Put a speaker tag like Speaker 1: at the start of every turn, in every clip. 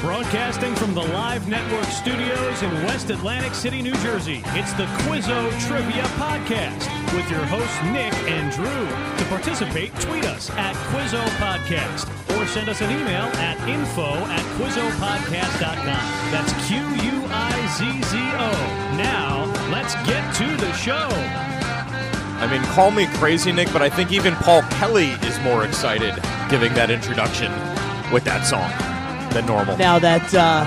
Speaker 1: Broadcasting from the Live Network studios in West Atlantic City, New Jersey, it's the Quizzo Trivia Podcast with your hosts, Nick and Drew. To participate, tweet us at Quizzo Podcast or send us an email at info at QuizzoPodcast.com. That's Q U I Z Z O. Now, let's get to the show.
Speaker 2: I mean, call me crazy, Nick, but I think even Paul Kelly is more excited giving that introduction with that song than normal.
Speaker 3: now that uh,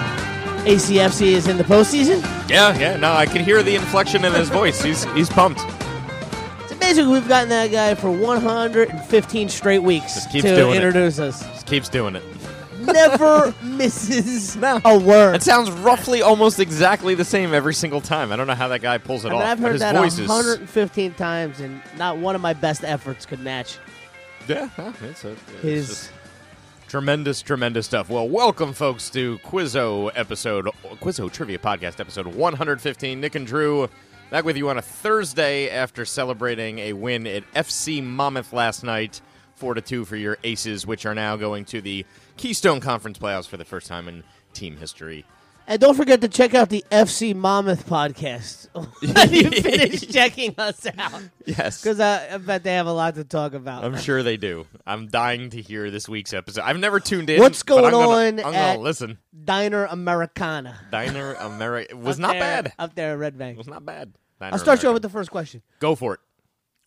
Speaker 3: ACFC is in the postseason.
Speaker 2: Yeah, yeah. No, I can hear the inflection in his voice. He's he's pumped.
Speaker 3: It's amazing we've gotten that guy for 115 straight weeks
Speaker 2: Just keeps
Speaker 3: to
Speaker 2: doing it.
Speaker 3: introduce us.
Speaker 2: Just keeps doing it.
Speaker 3: Never misses
Speaker 2: No.
Speaker 3: a word.
Speaker 2: It sounds roughly almost exactly the same every single time. I don't know how that guy pulls it
Speaker 3: I mean,
Speaker 2: off.
Speaker 3: I've
Speaker 2: but
Speaker 3: heard
Speaker 2: his
Speaker 3: that
Speaker 2: voice
Speaker 3: 115 times, and not one of my best efforts could match
Speaker 2: is yeah. huh, It's a, it's just-
Speaker 3: his.
Speaker 2: Tremendous, tremendous stuff. Well, welcome, folks, to Quizzo episode, Quizzo Trivia Podcast episode 115. Nick and Drew back with you on a Thursday after celebrating a win at FC Monmouth last night, four to two for your Aces, which are now going to the Keystone Conference playoffs for the first time in team history.
Speaker 3: And don't forget to check out the FC Monmouth podcast when you finish checking us out.
Speaker 2: Yes,
Speaker 3: Because I, I bet they have a lot to talk about.
Speaker 2: I'm sure they do. I'm dying to hear this week's episode. I've never tuned in.
Speaker 3: What's
Speaker 2: but I'm
Speaker 3: going
Speaker 2: gonna-
Speaker 3: on
Speaker 2: I'm
Speaker 3: at-
Speaker 2: gonna listen.
Speaker 3: Diner Americana.
Speaker 2: Diner America
Speaker 3: Up
Speaker 2: was not
Speaker 3: there-
Speaker 2: bad. It
Speaker 3: Up there at Red Bank.
Speaker 2: was not bad. Diner
Speaker 3: I'll start
Speaker 2: America.
Speaker 3: you out with the first question.
Speaker 2: Go for it.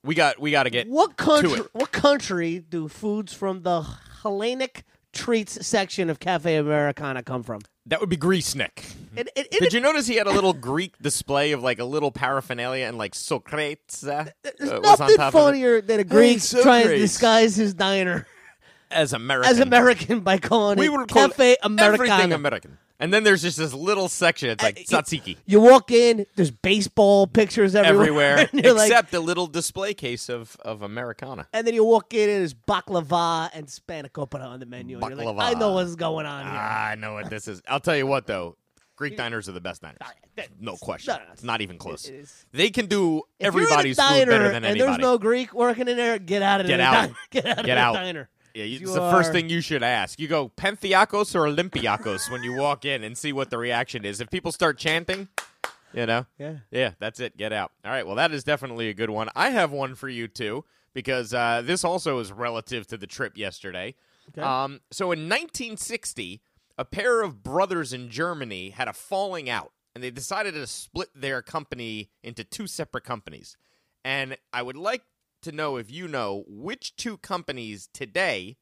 Speaker 2: We got we got to get
Speaker 3: What country?
Speaker 2: to it.
Speaker 3: What country do foods from the Hellenic treats section of Cafe Americana come from?
Speaker 2: That would be Greece, Nick.
Speaker 3: It, it, it,
Speaker 2: Mm. Did you notice he had a little Greek display of like a little paraphernalia and like Socrates uh,
Speaker 3: there's
Speaker 2: was on
Speaker 3: nothing
Speaker 2: top of it
Speaker 3: funnier than a Greek
Speaker 2: so
Speaker 3: trying
Speaker 2: great.
Speaker 3: to disguise his diner
Speaker 2: as American.
Speaker 3: as American by calling
Speaker 2: we
Speaker 3: it
Speaker 2: would call
Speaker 3: Cafe
Speaker 2: it everything
Speaker 3: Americana.
Speaker 2: American. And then there's just this little section. It's
Speaker 3: Uh,
Speaker 2: like tzatziki
Speaker 3: you walk in, there's baseball pictures everywhere,
Speaker 2: everywhere,
Speaker 3: and you're
Speaker 2: except
Speaker 3: like-
Speaker 2: a little display case of of Americana.
Speaker 3: and then you walk in and there's baklava and spanakopita on the menu. And you're like,
Speaker 2: Baklava. Ah,
Speaker 3: I know what's going on here.
Speaker 2: I know what this is. I'll tell you what though, Greek diners are the best diners. No question.
Speaker 3: no, no.
Speaker 2: It's not even close.
Speaker 3: It is.
Speaker 2: They can do
Speaker 3: If you're in a
Speaker 2: everybody's food
Speaker 3: diner
Speaker 2: better than
Speaker 3: and
Speaker 2: anybody.
Speaker 3: there's no Greek working in there, get out of
Speaker 2: Get
Speaker 3: the
Speaker 2: out.
Speaker 3: diner. Get out of
Speaker 2: Get
Speaker 3: the
Speaker 2: out.
Speaker 3: diner.
Speaker 2: Yeah, you,
Speaker 3: You
Speaker 2: it's the first
Speaker 3: are-
Speaker 2: thing you should ask. You go Pentheacos or Olympiacos when you walk in and see what the reaction is. If people start chanting, you know,
Speaker 3: Yeah.
Speaker 2: yeah, that's it. Get out. All right. Well, that is definitely a good one. I have one for you too because uh, this also is relative to the trip yesterday. Um, so in 1960, a pair of brothers in Germany had a falling out, and they decided to split their company into two separate companies. And I would like to know if you know which two companies today,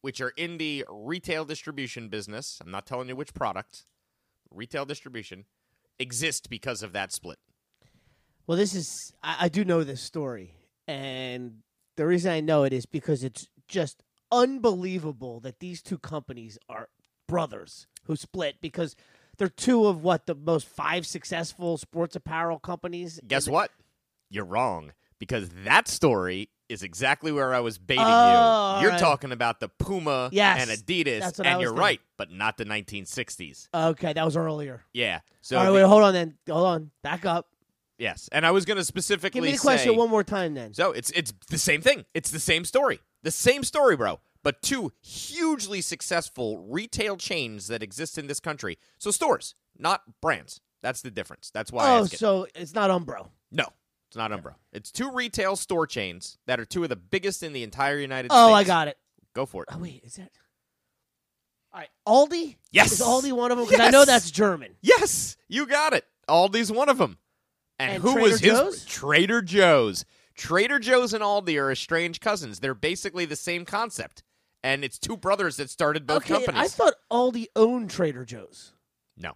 Speaker 2: which are in the retail distribution business. I'm not telling you which product. Retail distribution exist because of that split.
Speaker 3: Well, this is I, I do know this story, and the reason I know it is because it's just unbelievable that these two companies are brothers who split because they're two of what the most five successful sports apparel companies. in
Speaker 2: Guess
Speaker 3: the-
Speaker 2: what? You're wrong because that story is exactly where I was baiting
Speaker 3: Oh,
Speaker 2: you. You're
Speaker 3: alright.
Speaker 2: talking about the Puma
Speaker 3: Yes,
Speaker 2: and Adidas,
Speaker 3: that's what
Speaker 2: and
Speaker 3: I was
Speaker 2: you're
Speaker 3: thinking.
Speaker 2: right, but not the 1960s.
Speaker 3: Okay, that was earlier.
Speaker 2: Yeah. So
Speaker 3: All right,
Speaker 2: the-
Speaker 3: wait, hold on then. Hold on, back up.
Speaker 2: yes, and I was going to specifically
Speaker 3: Give me the
Speaker 2: say,
Speaker 3: question one more time then.
Speaker 2: So it's it's the same thing. It's the same story. The same story, bro. But two hugely successful retail chains that exist in this country. So stores, not brands. That's the difference. That's why I
Speaker 3: Oh,
Speaker 2: ask it.
Speaker 3: so it's not Umbro.
Speaker 2: No, it's not Umbro. It's two retail store chains that are two of the biggest in the entire United States.
Speaker 3: Oh, I got it.
Speaker 2: Go for it.
Speaker 3: Oh wait, is that? All right, Aldi.
Speaker 2: Yes.
Speaker 3: is Aldi one of them? Because I know
Speaker 2: Yes.
Speaker 3: that's German.
Speaker 2: Yes, you got it. Aldi's one of them. And,
Speaker 3: And
Speaker 2: who
Speaker 3: Trader
Speaker 2: was his
Speaker 3: Joe's?
Speaker 2: Trader Joe's? Trader Joe's and Aldi are estranged cousins. They're basically the same concept. And it's two brothers that started both
Speaker 3: okay,
Speaker 2: companies.
Speaker 3: I thought Aldi owned Trader Joe's.
Speaker 2: no.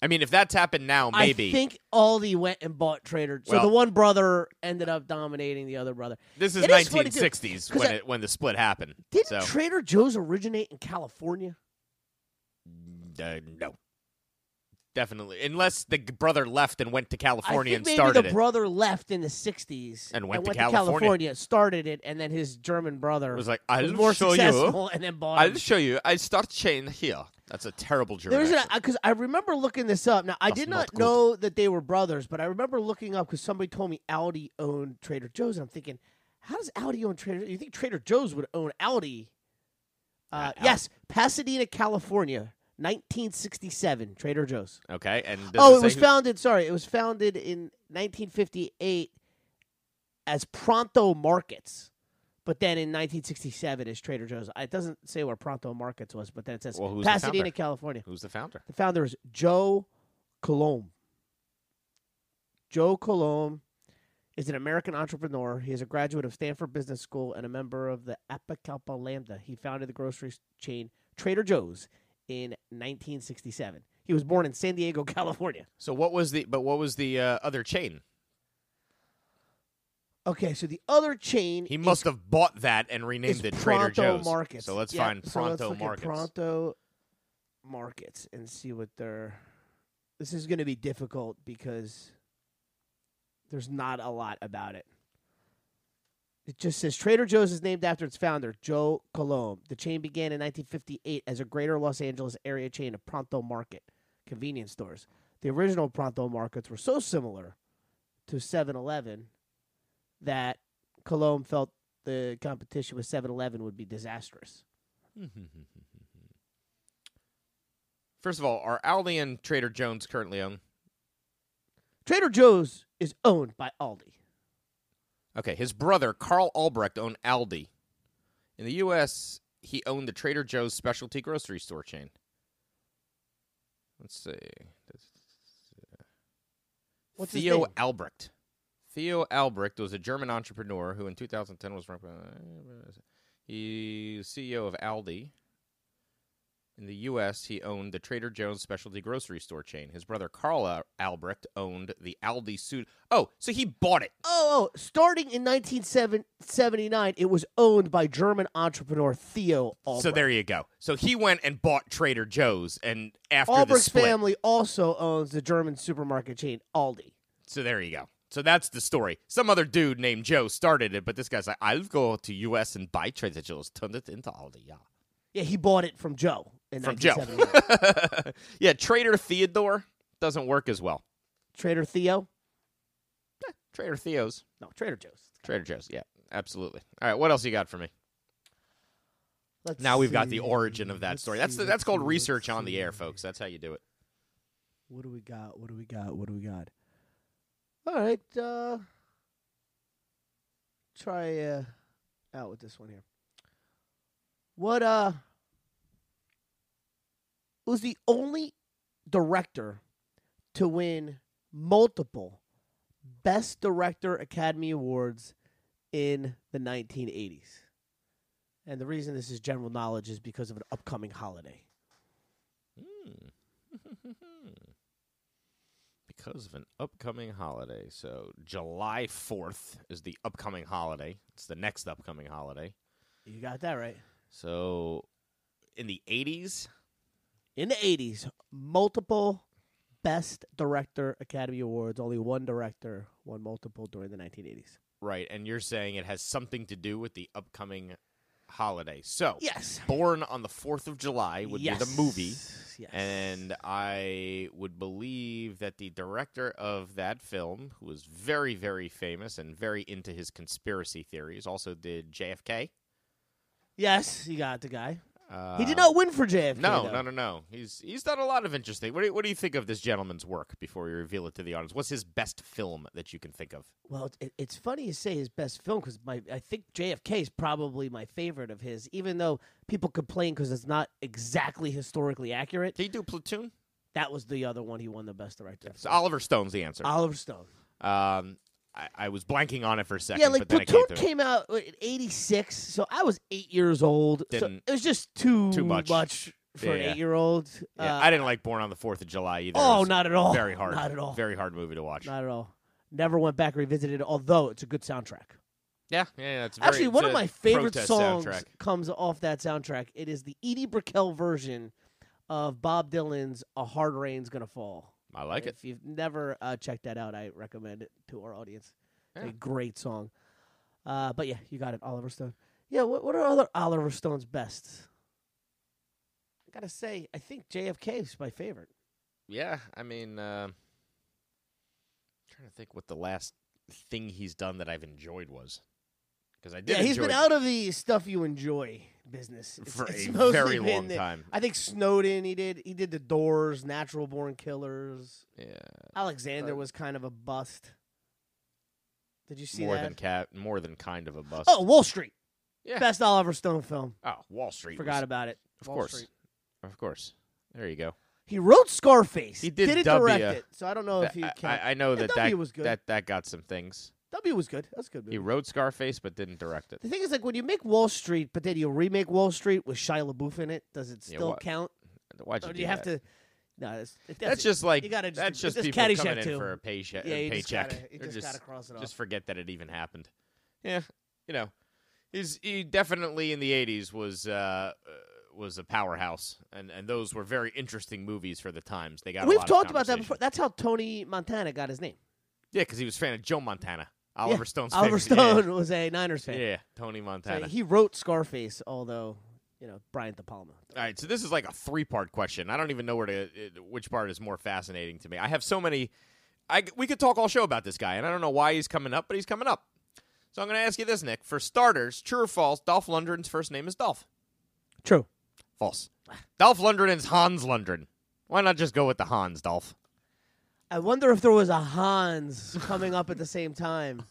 Speaker 2: I mean, if that's happened now, maybe.
Speaker 3: I think Aldi went and bought Trader. So
Speaker 2: Well-
Speaker 3: the one brother ended up dominating the other brother.
Speaker 2: this is
Speaker 3: It is funny, too,
Speaker 2: 1960s
Speaker 3: 'cause
Speaker 2: when
Speaker 3: I-
Speaker 2: it, when the split happened.
Speaker 3: Didn't
Speaker 2: so,
Speaker 3: Trader Joe's originate in California?
Speaker 2: uh, no. Definitely. Unless the g- brother left and went to California
Speaker 3: I
Speaker 2: and
Speaker 3: think maybe
Speaker 2: started
Speaker 3: the
Speaker 2: it.
Speaker 3: brother left in the '60s
Speaker 2: And went to
Speaker 3: California.
Speaker 2: California.
Speaker 3: started it, and then his German brother
Speaker 2: was like, I'll
Speaker 3: was more
Speaker 2: show you.
Speaker 3: successful, and then bought.
Speaker 2: I'll
Speaker 3: it.
Speaker 2: show you. I start chain here. That's a terrible German.
Speaker 3: There's
Speaker 2: accent.
Speaker 3: because I remember looking this up. Now I
Speaker 2: Das
Speaker 3: did
Speaker 2: not
Speaker 3: not
Speaker 2: gut.
Speaker 3: know that they were brothers, but I remember looking up because somebody told me Audi owned Trader Joe's, and I'm thinking, how does Audi own Trader? You think Trader Joe's would own Audi? Uh,
Speaker 2: Not Audi.
Speaker 3: yes, Pasadena, California, 1967, Trader Joe's.
Speaker 2: Okay, and does
Speaker 3: oh, it
Speaker 2: say
Speaker 3: was
Speaker 2: who-
Speaker 3: founded. Sorry, it was founded in 1958 as Pronto Markets, but then in 1967 as Trader Joe's. It doesn't say where Pronto Markets was, but then it says
Speaker 2: Well, who's the
Speaker 3: Pasadena,
Speaker 2: founder?
Speaker 3: California.
Speaker 2: Who's the founder?
Speaker 3: The founder is Joe Colomb. Joe Colomb is an American entrepreneur. He is a graduate of Stanford Business School and a member of the Apacalpa Lambda. He founded the grocery chain Trader Joe's in 1967. He was born in San Diego, California.
Speaker 2: So what was the but what was the uh, other chain?
Speaker 3: Okay, so the other chain
Speaker 2: He must have bought that and renamed
Speaker 3: is
Speaker 2: it Trader
Speaker 3: Pronto
Speaker 2: Joe's.
Speaker 3: Markets.
Speaker 2: So let's
Speaker 3: Yep,
Speaker 2: find
Speaker 3: so let's
Speaker 2: Pronto
Speaker 3: look at
Speaker 2: Markets.
Speaker 3: Pronto Markets and see what they're. This is going to be difficult because there's not a lot about it. It just says Trader Joe's is named after its founder, Joe Colomb. The chain began in 1958 as a greater Los Angeles area chain of Pronto Market convenience stores. The original Pronto Markets were so similar to 7 Eleven that Colomb felt the competition with 7 Eleven would be disastrous.
Speaker 2: First of all, are Aldi and Trader Joe's currently owned?
Speaker 3: Trader Joe's is owned by Aldi.
Speaker 2: Okay, his brother Carl Albrecht owned Aldi. In the U.S., he owned the Trader Joe's specialty grocery store chain. Let's see.
Speaker 3: What's his
Speaker 2: Theo
Speaker 3: name?
Speaker 2: Albrecht. Theo Albrecht was a German entrepreneur who, in 2010, was ranked. He was CEO E of Aldi. In the U.S., he owned the Trader Joe's specialty grocery store chain. His brother Carl Al- Albrecht owned the Aldi suit. Oh, so he bought it.
Speaker 3: Oh, oh, starting in 1979, it was owned by German entrepreneur Theo Albrecht.
Speaker 2: So there you go. So he went and bought Trader Joe's, and after the
Speaker 3: Albrecht's
Speaker 2: split,
Speaker 3: family also owns the German supermarket chain Aldi.
Speaker 2: so there you go. So that's the story. Some other dude named Joe started it, but this guy's like, "I'll go to U.S. and buy Trader Joe's, turn it into Aldi." Yeah.
Speaker 3: Yeah, he bought it from Joe in
Speaker 2: From Joe.
Speaker 3: 1979.
Speaker 2: yeah, Trader Theodore doesn't work as well.
Speaker 3: Trader Theo?
Speaker 2: Trader Theo's.
Speaker 3: No, Trader Joe's.
Speaker 2: Trader Joe's. Yeah, absolutely. All right, what else you got for me?
Speaker 3: Let's
Speaker 2: Now we've got the
Speaker 3: see.
Speaker 2: origin of that
Speaker 3: Let's
Speaker 2: story. That's
Speaker 3: see,
Speaker 2: the,
Speaker 3: let's
Speaker 2: that's called
Speaker 3: see,
Speaker 2: research
Speaker 3: let's
Speaker 2: on the
Speaker 3: see.
Speaker 2: air, folks. That's how you do it.
Speaker 3: What do we got? What do we got? What do we got? All right, uh try uh out with this one here. What uh was the only director to win multiple Best Director Academy Awards in the 1980s. And the reason this is general knowledge is because of an upcoming holiday.
Speaker 2: Because of an upcoming holiday. So July 4th is the upcoming holiday. It's the next upcoming holiday.
Speaker 3: You got that right.
Speaker 2: So in the 80s,
Speaker 3: in the 80s, multiple Best Director Academy Awards. Only one director won multiple during the 1980s.
Speaker 2: right, and you're saying it has something to do with the upcoming holiday. So
Speaker 3: Yes.
Speaker 2: Born on the 4th of July would be the movie.
Speaker 3: Yes.
Speaker 2: And I would believe that the director of that film, who was very, very famous and very into his conspiracy theories, also did JFK.
Speaker 3: yes, you got the guy.
Speaker 2: Uh,
Speaker 3: he did not win for JFK.
Speaker 2: No,
Speaker 3: though.
Speaker 2: no, no, no. He's he's done a lot of interesting. What do, you, what do you think of this gentleman's work before we reveal it to the audience? What's his best film that you can think of?
Speaker 3: Well, it, it's funny you say his best film because my I think JFK is probably my favorite of his, even though people complain because it's not exactly historically accurate.
Speaker 2: Did he do Platoon?
Speaker 3: That was the other one he won the Best Director.
Speaker 2: So Oliver Stone's the answer.
Speaker 3: Oliver Stone.
Speaker 2: Um, I, I was blanking on it for a second.
Speaker 3: Yeah, like
Speaker 2: but then
Speaker 3: Platoon
Speaker 2: it came, through.
Speaker 3: came out uh, in '86, so I was eight years old.
Speaker 2: Didn't-
Speaker 3: so it was just too
Speaker 2: Too much.
Speaker 3: for
Speaker 2: Yeah,
Speaker 3: an
Speaker 2: yeah.
Speaker 3: eight-year-old.
Speaker 2: Yeah,
Speaker 3: uh,
Speaker 2: I didn't like Born on the Fourth of July either.
Speaker 3: oh,
Speaker 2: It's
Speaker 3: not at all.
Speaker 2: Very hard.
Speaker 3: Not at all.
Speaker 2: Very hard movie to watch.
Speaker 3: Not at all. Never went back revisited. it, Although it's a good soundtrack.
Speaker 2: Yeah, yeah, it's very,
Speaker 3: Actually, one
Speaker 2: it's
Speaker 3: of
Speaker 2: a
Speaker 3: my favorite
Speaker 2: protest
Speaker 3: songs
Speaker 2: Soundtrack.
Speaker 3: comes off that soundtrack. It is the Edie Brickell version of Bob Dylan's "A Hard Rain's Gonna Fall."
Speaker 2: I like it.
Speaker 3: if you've never uh, checked that out, I recommend it to our audience. It's
Speaker 2: Yeah.
Speaker 3: a great song. Uh, but yeah, you got it, Oliver Stone. Yeah, what, what are other Oliver Stone's best? I gotta say, I think JFK is my favorite.
Speaker 2: Yeah, I mean, uh, trying to think what the last thing he's done that I've enjoyed was. because I did.
Speaker 3: Yeah, he's been
Speaker 2: enjoy-
Speaker 3: out of the stuff you enjoy business It's-
Speaker 2: For
Speaker 3: it's
Speaker 2: a
Speaker 3: mostly
Speaker 2: very
Speaker 3: been
Speaker 2: long
Speaker 3: the-
Speaker 2: time.
Speaker 3: I think Snowden. He did. He did the Doors, Natural Born Killers.
Speaker 2: Yeah,
Speaker 3: Alexander
Speaker 2: Uh,
Speaker 3: was kind of a bust. Did you see
Speaker 2: more
Speaker 3: that?
Speaker 2: than cat, more than kind of a bust.
Speaker 3: oh, Wall Street.
Speaker 2: Yeah.
Speaker 3: Best Oliver Stone film.
Speaker 2: Oh, Wall Street.
Speaker 3: Forgot
Speaker 2: was-
Speaker 3: about it.
Speaker 2: Of
Speaker 3: Wall
Speaker 2: course,
Speaker 3: Street.
Speaker 2: of course. There you go.
Speaker 3: He wrote Scarface.
Speaker 2: He did
Speaker 3: Didn't
Speaker 2: W.
Speaker 3: direct it, so I don't know Oh, if he.
Speaker 2: That- I,
Speaker 3: counts.
Speaker 2: I- I know
Speaker 3: Yeah,
Speaker 2: that
Speaker 3: W
Speaker 2: that,
Speaker 3: was good.
Speaker 2: that that got some things.
Speaker 3: w was good. That's a good. Movie.
Speaker 2: He wrote Scarface, but didn't direct it.
Speaker 3: the thing is, like when you make Wall Street, but then you remake Wall Street with Shia LaBeouf in it, does it
Speaker 2: Yeah,
Speaker 3: still
Speaker 2: what-
Speaker 3: count?
Speaker 2: Why'd you
Speaker 3: Or Oh, do
Speaker 2: do
Speaker 3: you have
Speaker 2: that?
Speaker 3: to? No, that's, that's,
Speaker 2: That's
Speaker 3: it.
Speaker 2: just like
Speaker 3: You gotta just-
Speaker 2: that's just
Speaker 3: it's
Speaker 2: people
Speaker 3: Caddyshack
Speaker 2: coming in
Speaker 3: too.
Speaker 2: for a paycheck.
Speaker 3: Yeah,
Speaker 2: a
Speaker 3: you just
Speaker 2: paycheck.
Speaker 3: gotta- you
Speaker 2: They're
Speaker 3: just gotta cross it off.
Speaker 2: Just forget that it even happened. Yeah, you know, he's he definitely in the '80s was uh, uh, was a powerhouse, and and those were very interesting movies for the times. They got. a
Speaker 3: We've
Speaker 2: lot of
Speaker 3: talked about that
Speaker 2: conversation.
Speaker 3: before. That's how Tony Montana got his name.
Speaker 2: Yeah, because he was a fan of Joe Montana, Oliver
Speaker 3: Yeah,
Speaker 2: Stone's.
Speaker 3: Oliver
Speaker 2: favorite- yeah,
Speaker 3: Stone was a Niners
Speaker 2: Yeah,
Speaker 3: fan.
Speaker 2: yeah, Tony
Speaker 3: So
Speaker 2: Montana.
Speaker 3: he wrote Scarface, although you know Brian De Palma.
Speaker 2: All right, so this is like a three-part question. I don't even know where to uh, which part is more fascinating to me. I have so many. I we could talk all show about this guy, and I don't know why he's coming up, but he's coming up. So I'm going to ask you this, Nick. For starters, true or false? Dolph Lundgren's first name is Dolph.
Speaker 3: True.
Speaker 2: False. Dolph Lundgren is Hans Lundgren. Why not just go with the Hans, Dolph?
Speaker 3: I wonder if there was a Hans coming up at the same time.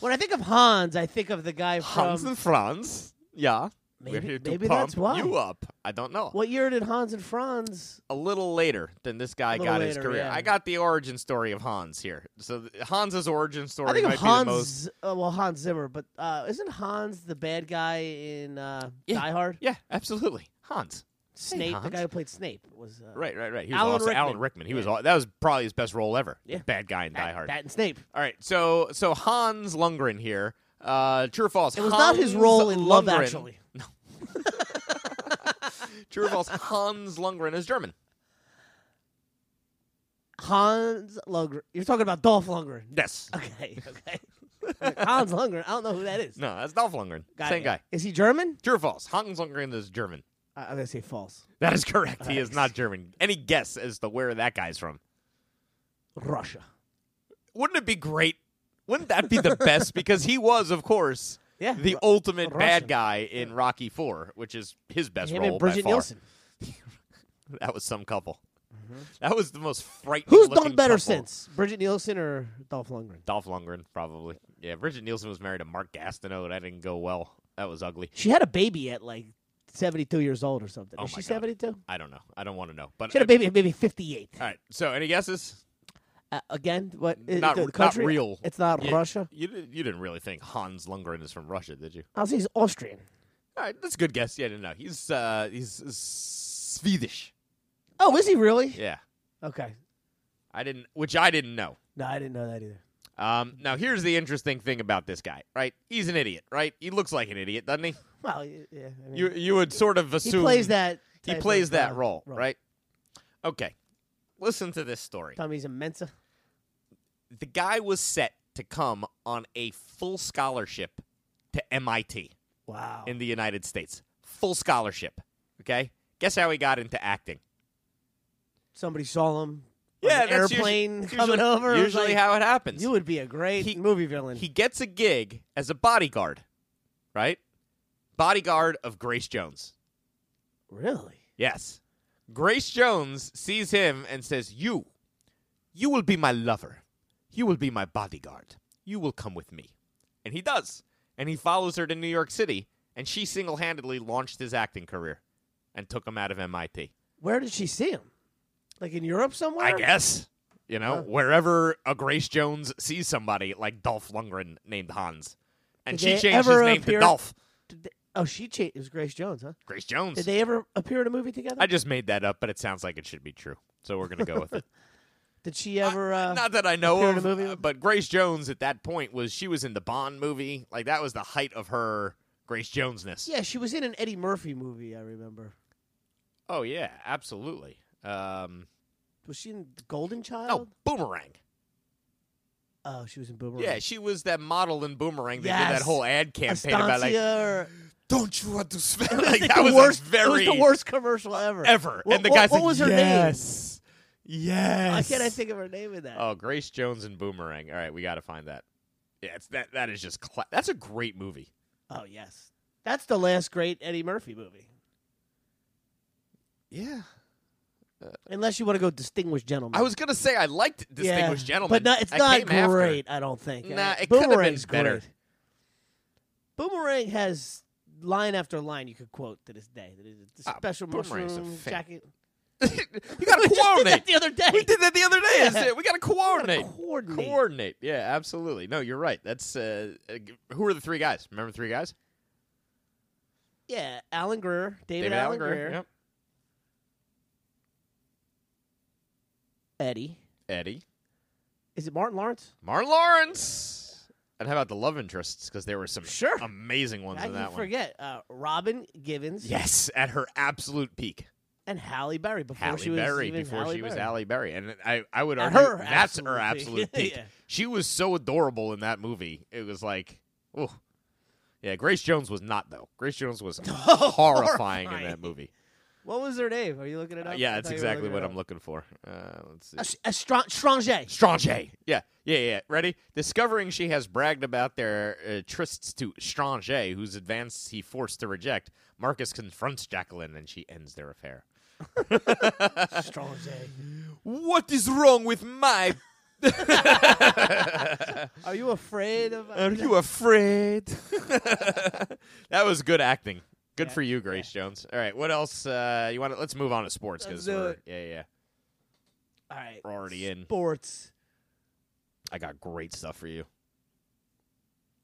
Speaker 3: When I think of Hans, I think of the guy from
Speaker 2: Hans and Franz. Yeah, we're
Speaker 3: Um, Maybe-
Speaker 2: here to
Speaker 3: maybe
Speaker 2: pump
Speaker 3: that's why.
Speaker 2: you up. I don't know.
Speaker 3: what year did Hans and Franz?
Speaker 2: a little later than this guy
Speaker 3: little
Speaker 2: got his
Speaker 3: later,
Speaker 2: career.
Speaker 3: yeah.
Speaker 2: I got the origin story of Hans here. So th- Hans's origin story
Speaker 3: I think
Speaker 2: might
Speaker 3: of
Speaker 2: be the most.
Speaker 3: Hans. Uh, well, Hans Zimmer, but uh, isn't Hans the bad guy in uh,
Speaker 2: Yeah.
Speaker 3: Die Hard?
Speaker 2: Yeah, absolutely. Hans.
Speaker 3: Snape, the
Speaker 2: Hans.
Speaker 3: guy who played Snape, was uh,
Speaker 2: Right, right, right. He was
Speaker 3: Alan
Speaker 2: also Alan
Speaker 3: Rickman.
Speaker 2: Rickman. He was all, that was probably his best role ever.
Speaker 3: Yeah.
Speaker 2: Bad guy in Die
Speaker 3: that,
Speaker 2: Hard.
Speaker 3: that and Snape.
Speaker 2: All right. So so Hans Lundgren here. Uh, true or false?
Speaker 3: It was not his role in Love
Speaker 2: Lundgren-
Speaker 3: Actually.
Speaker 2: True or false? Hans Lundgren is German.
Speaker 3: Hans Lundgren. You're talking about Dolph Lundgren.
Speaker 2: Yes.
Speaker 3: Okay, okay. Like, Hans Lundgren. I don't know who that is.
Speaker 2: No, that's Dolph Lundgren.
Speaker 3: Got
Speaker 2: Same
Speaker 3: it.
Speaker 2: guy.
Speaker 3: Is he German?
Speaker 2: True or false? Hans Lundgren is German.
Speaker 3: I- I'm gonna say false.
Speaker 2: That is correct. He is
Speaker 3: Nice.
Speaker 2: not German. Any guess as to where that guy's from?
Speaker 3: Russia.
Speaker 2: wouldn't it be great? Wouldn't that be the best? Because he was, of course,
Speaker 3: Yeah,
Speaker 2: the
Speaker 3: Ru-
Speaker 2: ultimate
Speaker 3: Russian.
Speaker 2: bad guy in Rocky Four, which is his best
Speaker 3: Him
Speaker 2: role
Speaker 3: and
Speaker 2: by
Speaker 3: Bridget
Speaker 2: far.
Speaker 3: Nielsen. Mm-hmm.
Speaker 2: That was some couple. That was the most frightening.
Speaker 3: Who's
Speaker 2: looking
Speaker 3: done better
Speaker 2: couple.
Speaker 3: since Bridget Nielsen or Dolph Lundgren?
Speaker 2: Dolph Lundgren? Probably. Yeah, Bridget Nielsen was married to Mark Gastineau. That didn't go well. That was ugly.
Speaker 3: She had a baby at like 72 years old or something.
Speaker 2: Oh
Speaker 3: Is
Speaker 2: my
Speaker 3: she
Speaker 2: God.
Speaker 3: 72?
Speaker 2: I don't know. I don't want to know. But
Speaker 3: She had a
Speaker 2: uh,
Speaker 3: baby at maybe 58.
Speaker 2: all right. So, any guesses?
Speaker 3: Uh, again, what? i-
Speaker 2: Not-
Speaker 3: the
Speaker 2: not
Speaker 3: country?
Speaker 2: real.
Speaker 3: It's not
Speaker 2: You-
Speaker 3: Russia.
Speaker 2: You, di- you didn't really think Hans Lundgren is from Russia, did you?
Speaker 3: I'll say he's Austrian.
Speaker 2: All right, that's a good guess. Yeah, no, no. He's uh, he's uh, Swedish.
Speaker 3: Oh, is he really?
Speaker 2: Yeah,
Speaker 3: Okay.
Speaker 2: I didn't, which I didn't know.
Speaker 3: No, I didn't know that either.
Speaker 2: Um, now here's the interesting thing about this guy, right? He's an idiot, right? He looks like an idiot, doesn't he?
Speaker 3: Well, y- yeah. I mean,
Speaker 2: You you would sort of
Speaker 3: he
Speaker 2: assume
Speaker 3: plays that.
Speaker 2: he
Speaker 3: type
Speaker 2: plays
Speaker 3: of,
Speaker 2: that
Speaker 3: uh,
Speaker 2: role, right? Okay, listen to this story.
Speaker 3: Tell me he's a Mensa.
Speaker 2: The guy was set to come on a full scholarship to MIT
Speaker 3: Wow.
Speaker 2: in the United States, full scholarship. Okay, guess how he got into acting?
Speaker 3: Somebody saw him.
Speaker 2: Yeah,
Speaker 3: on an
Speaker 2: that's usually-
Speaker 3: airplane
Speaker 2: it's
Speaker 3: coming
Speaker 2: usually-
Speaker 3: over. It was
Speaker 2: Usually,
Speaker 3: like,
Speaker 2: how it happens.
Speaker 3: You would be a great
Speaker 2: He-
Speaker 3: movie villain.
Speaker 2: He gets a gig as a bodyguard, right? Bodyguard of Grace Jones.
Speaker 3: really?
Speaker 2: Yes. Grace Jones sees him and says, You, you will be my lover. You will be my bodyguard. You will come with me. And he does. And he follows her to New York City. And she single handedly launched his acting career and took him out of MIT.
Speaker 3: Where did she see him? Like in Europe somewhere?
Speaker 2: I guess. You know, wherever a Grace Jones sees somebody like Dolph Lundgren named Hans. And
Speaker 3: Did
Speaker 2: she
Speaker 3: they
Speaker 2: changed his
Speaker 3: ever
Speaker 2: name to
Speaker 3: appear-
Speaker 2: Dolph.
Speaker 3: Did they- oh, she changed. It was Grace Jones, huh?
Speaker 2: Grace Jones.
Speaker 3: Did they ever appear in a movie together?
Speaker 2: I just made that up, but it sounds like it should be true. So we're going to go with it.
Speaker 3: did she ever? uh,
Speaker 2: Not that I know
Speaker 3: appear in
Speaker 2: of,
Speaker 3: a movie?
Speaker 2: uh, but Grace Jones at that point was she was in the Bond movie. Like that was the height of her Grace Jonesness.
Speaker 3: yeah, she was in an Eddie Murphy movie. I remember.
Speaker 2: Oh yeah, absolutely. Um,
Speaker 3: Was she in The Golden
Speaker 2: oh,
Speaker 3: Child?
Speaker 2: Boomerang.
Speaker 3: Oh, she was in Boomerang.
Speaker 2: Yeah, she was that model in Boomerang. They did
Speaker 3: Yes.
Speaker 2: that whole ad campaign about like,
Speaker 3: Astancia. or-
Speaker 2: "Don't you want to smell?"
Speaker 3: It was
Speaker 2: like
Speaker 3: like
Speaker 2: that
Speaker 3: the
Speaker 2: was a
Speaker 3: worst. It was
Speaker 2: very
Speaker 3: the worst commercial ever.
Speaker 2: ever.
Speaker 3: What-
Speaker 2: and the
Speaker 3: what-
Speaker 2: guy
Speaker 3: what
Speaker 2: said,
Speaker 3: was her name?
Speaker 2: yes, name? Yes.
Speaker 3: Why can't I think of her name in that?
Speaker 2: Oh, Grace Jones and Boomerang. All right, we got to find that. Yeah, it's that. That is just. Cla- that's a great movie.
Speaker 3: Oh yes, that's the last great Eddie Murphy movie.
Speaker 2: Yeah.
Speaker 3: Unless you want to go distinguished gentleman.
Speaker 2: I was gonna say I liked
Speaker 3: Yeah,
Speaker 2: Distinguished Gentleman,
Speaker 3: but not, it's
Speaker 2: I
Speaker 3: not
Speaker 2: came after.
Speaker 3: great. I don't think.
Speaker 2: Nah,
Speaker 3: Uh,
Speaker 2: it could've been
Speaker 3: Boomerang's
Speaker 2: better.
Speaker 3: great. Boomerang has line after line you could quote to this day. That is the
Speaker 2: Ah,
Speaker 3: special
Speaker 2: Boomerang's a
Speaker 3: mushroom
Speaker 2: fan.
Speaker 3: jacket.
Speaker 2: you gotta
Speaker 3: We just did that
Speaker 2: coordinate.
Speaker 3: the other day.
Speaker 2: We did that the other day. is
Speaker 3: Yeah.
Speaker 2: it? We gotta coordinate.
Speaker 3: Coordinate.
Speaker 2: Coordinate. Yeah, absolutely. No, you're right. That's uh, uh, g- who are the three guys? Remember the three guys?
Speaker 3: Yeah, Alan Greer, David, Alan Greer,
Speaker 2: Yep.
Speaker 3: Eddie.
Speaker 2: Eddie,
Speaker 3: Is it Martin Lawrence?
Speaker 2: Martin Lawrence, and how about the love interests? Because there were some
Speaker 3: Sure.
Speaker 2: amazing ones
Speaker 3: I
Speaker 2: in that
Speaker 3: can
Speaker 2: one.
Speaker 3: forget. Uh, Robin Givens
Speaker 2: Yes, at her absolute peak,
Speaker 3: and Halle Berry before
Speaker 2: Halle
Speaker 3: she was
Speaker 2: Berry
Speaker 3: even
Speaker 2: before
Speaker 3: Halle
Speaker 2: she was
Speaker 3: Berry.
Speaker 2: Halle Berry, and I, I would
Speaker 3: At
Speaker 2: argue
Speaker 3: her
Speaker 2: that's her
Speaker 3: absolute
Speaker 2: absolute
Speaker 3: peak.
Speaker 2: peak.
Speaker 3: Yeah.
Speaker 2: She was so adorable in that movie. It was like, oh, yeah. Grace Jones was not though. Grace Jones was horrifying in that
Speaker 3: horrifying.
Speaker 2: movie.
Speaker 3: What was her name? Are you looking it
Speaker 2: Uh,
Speaker 3: up?
Speaker 2: yeah,
Speaker 3: I
Speaker 2: that's
Speaker 3: thought you were
Speaker 2: exactly what
Speaker 3: it
Speaker 2: I'm
Speaker 3: up.
Speaker 2: looking for. Uh, let's see.
Speaker 3: Estra- Stranger.
Speaker 2: Strange. Yeah, yeah, yeah. Ready? Discovering she has bragged about their uh, trysts to Strange, whose advance he forced to reject, Marcus confronts Jacqueline and she ends their affair.
Speaker 3: Stranger.
Speaker 2: What is wrong with my.
Speaker 3: Are you afraid of? uh,
Speaker 2: Are you afraid? that was good acting. Good
Speaker 3: Yeah,
Speaker 2: for you, Grace Jones. All right, what else? Uh, you want? to Let's move on to sports because
Speaker 3: Let's do
Speaker 2: we're
Speaker 3: it.
Speaker 2: yeah, yeah.
Speaker 3: All right.
Speaker 2: We're already in.
Speaker 3: Sports.
Speaker 2: I got great stuff for you.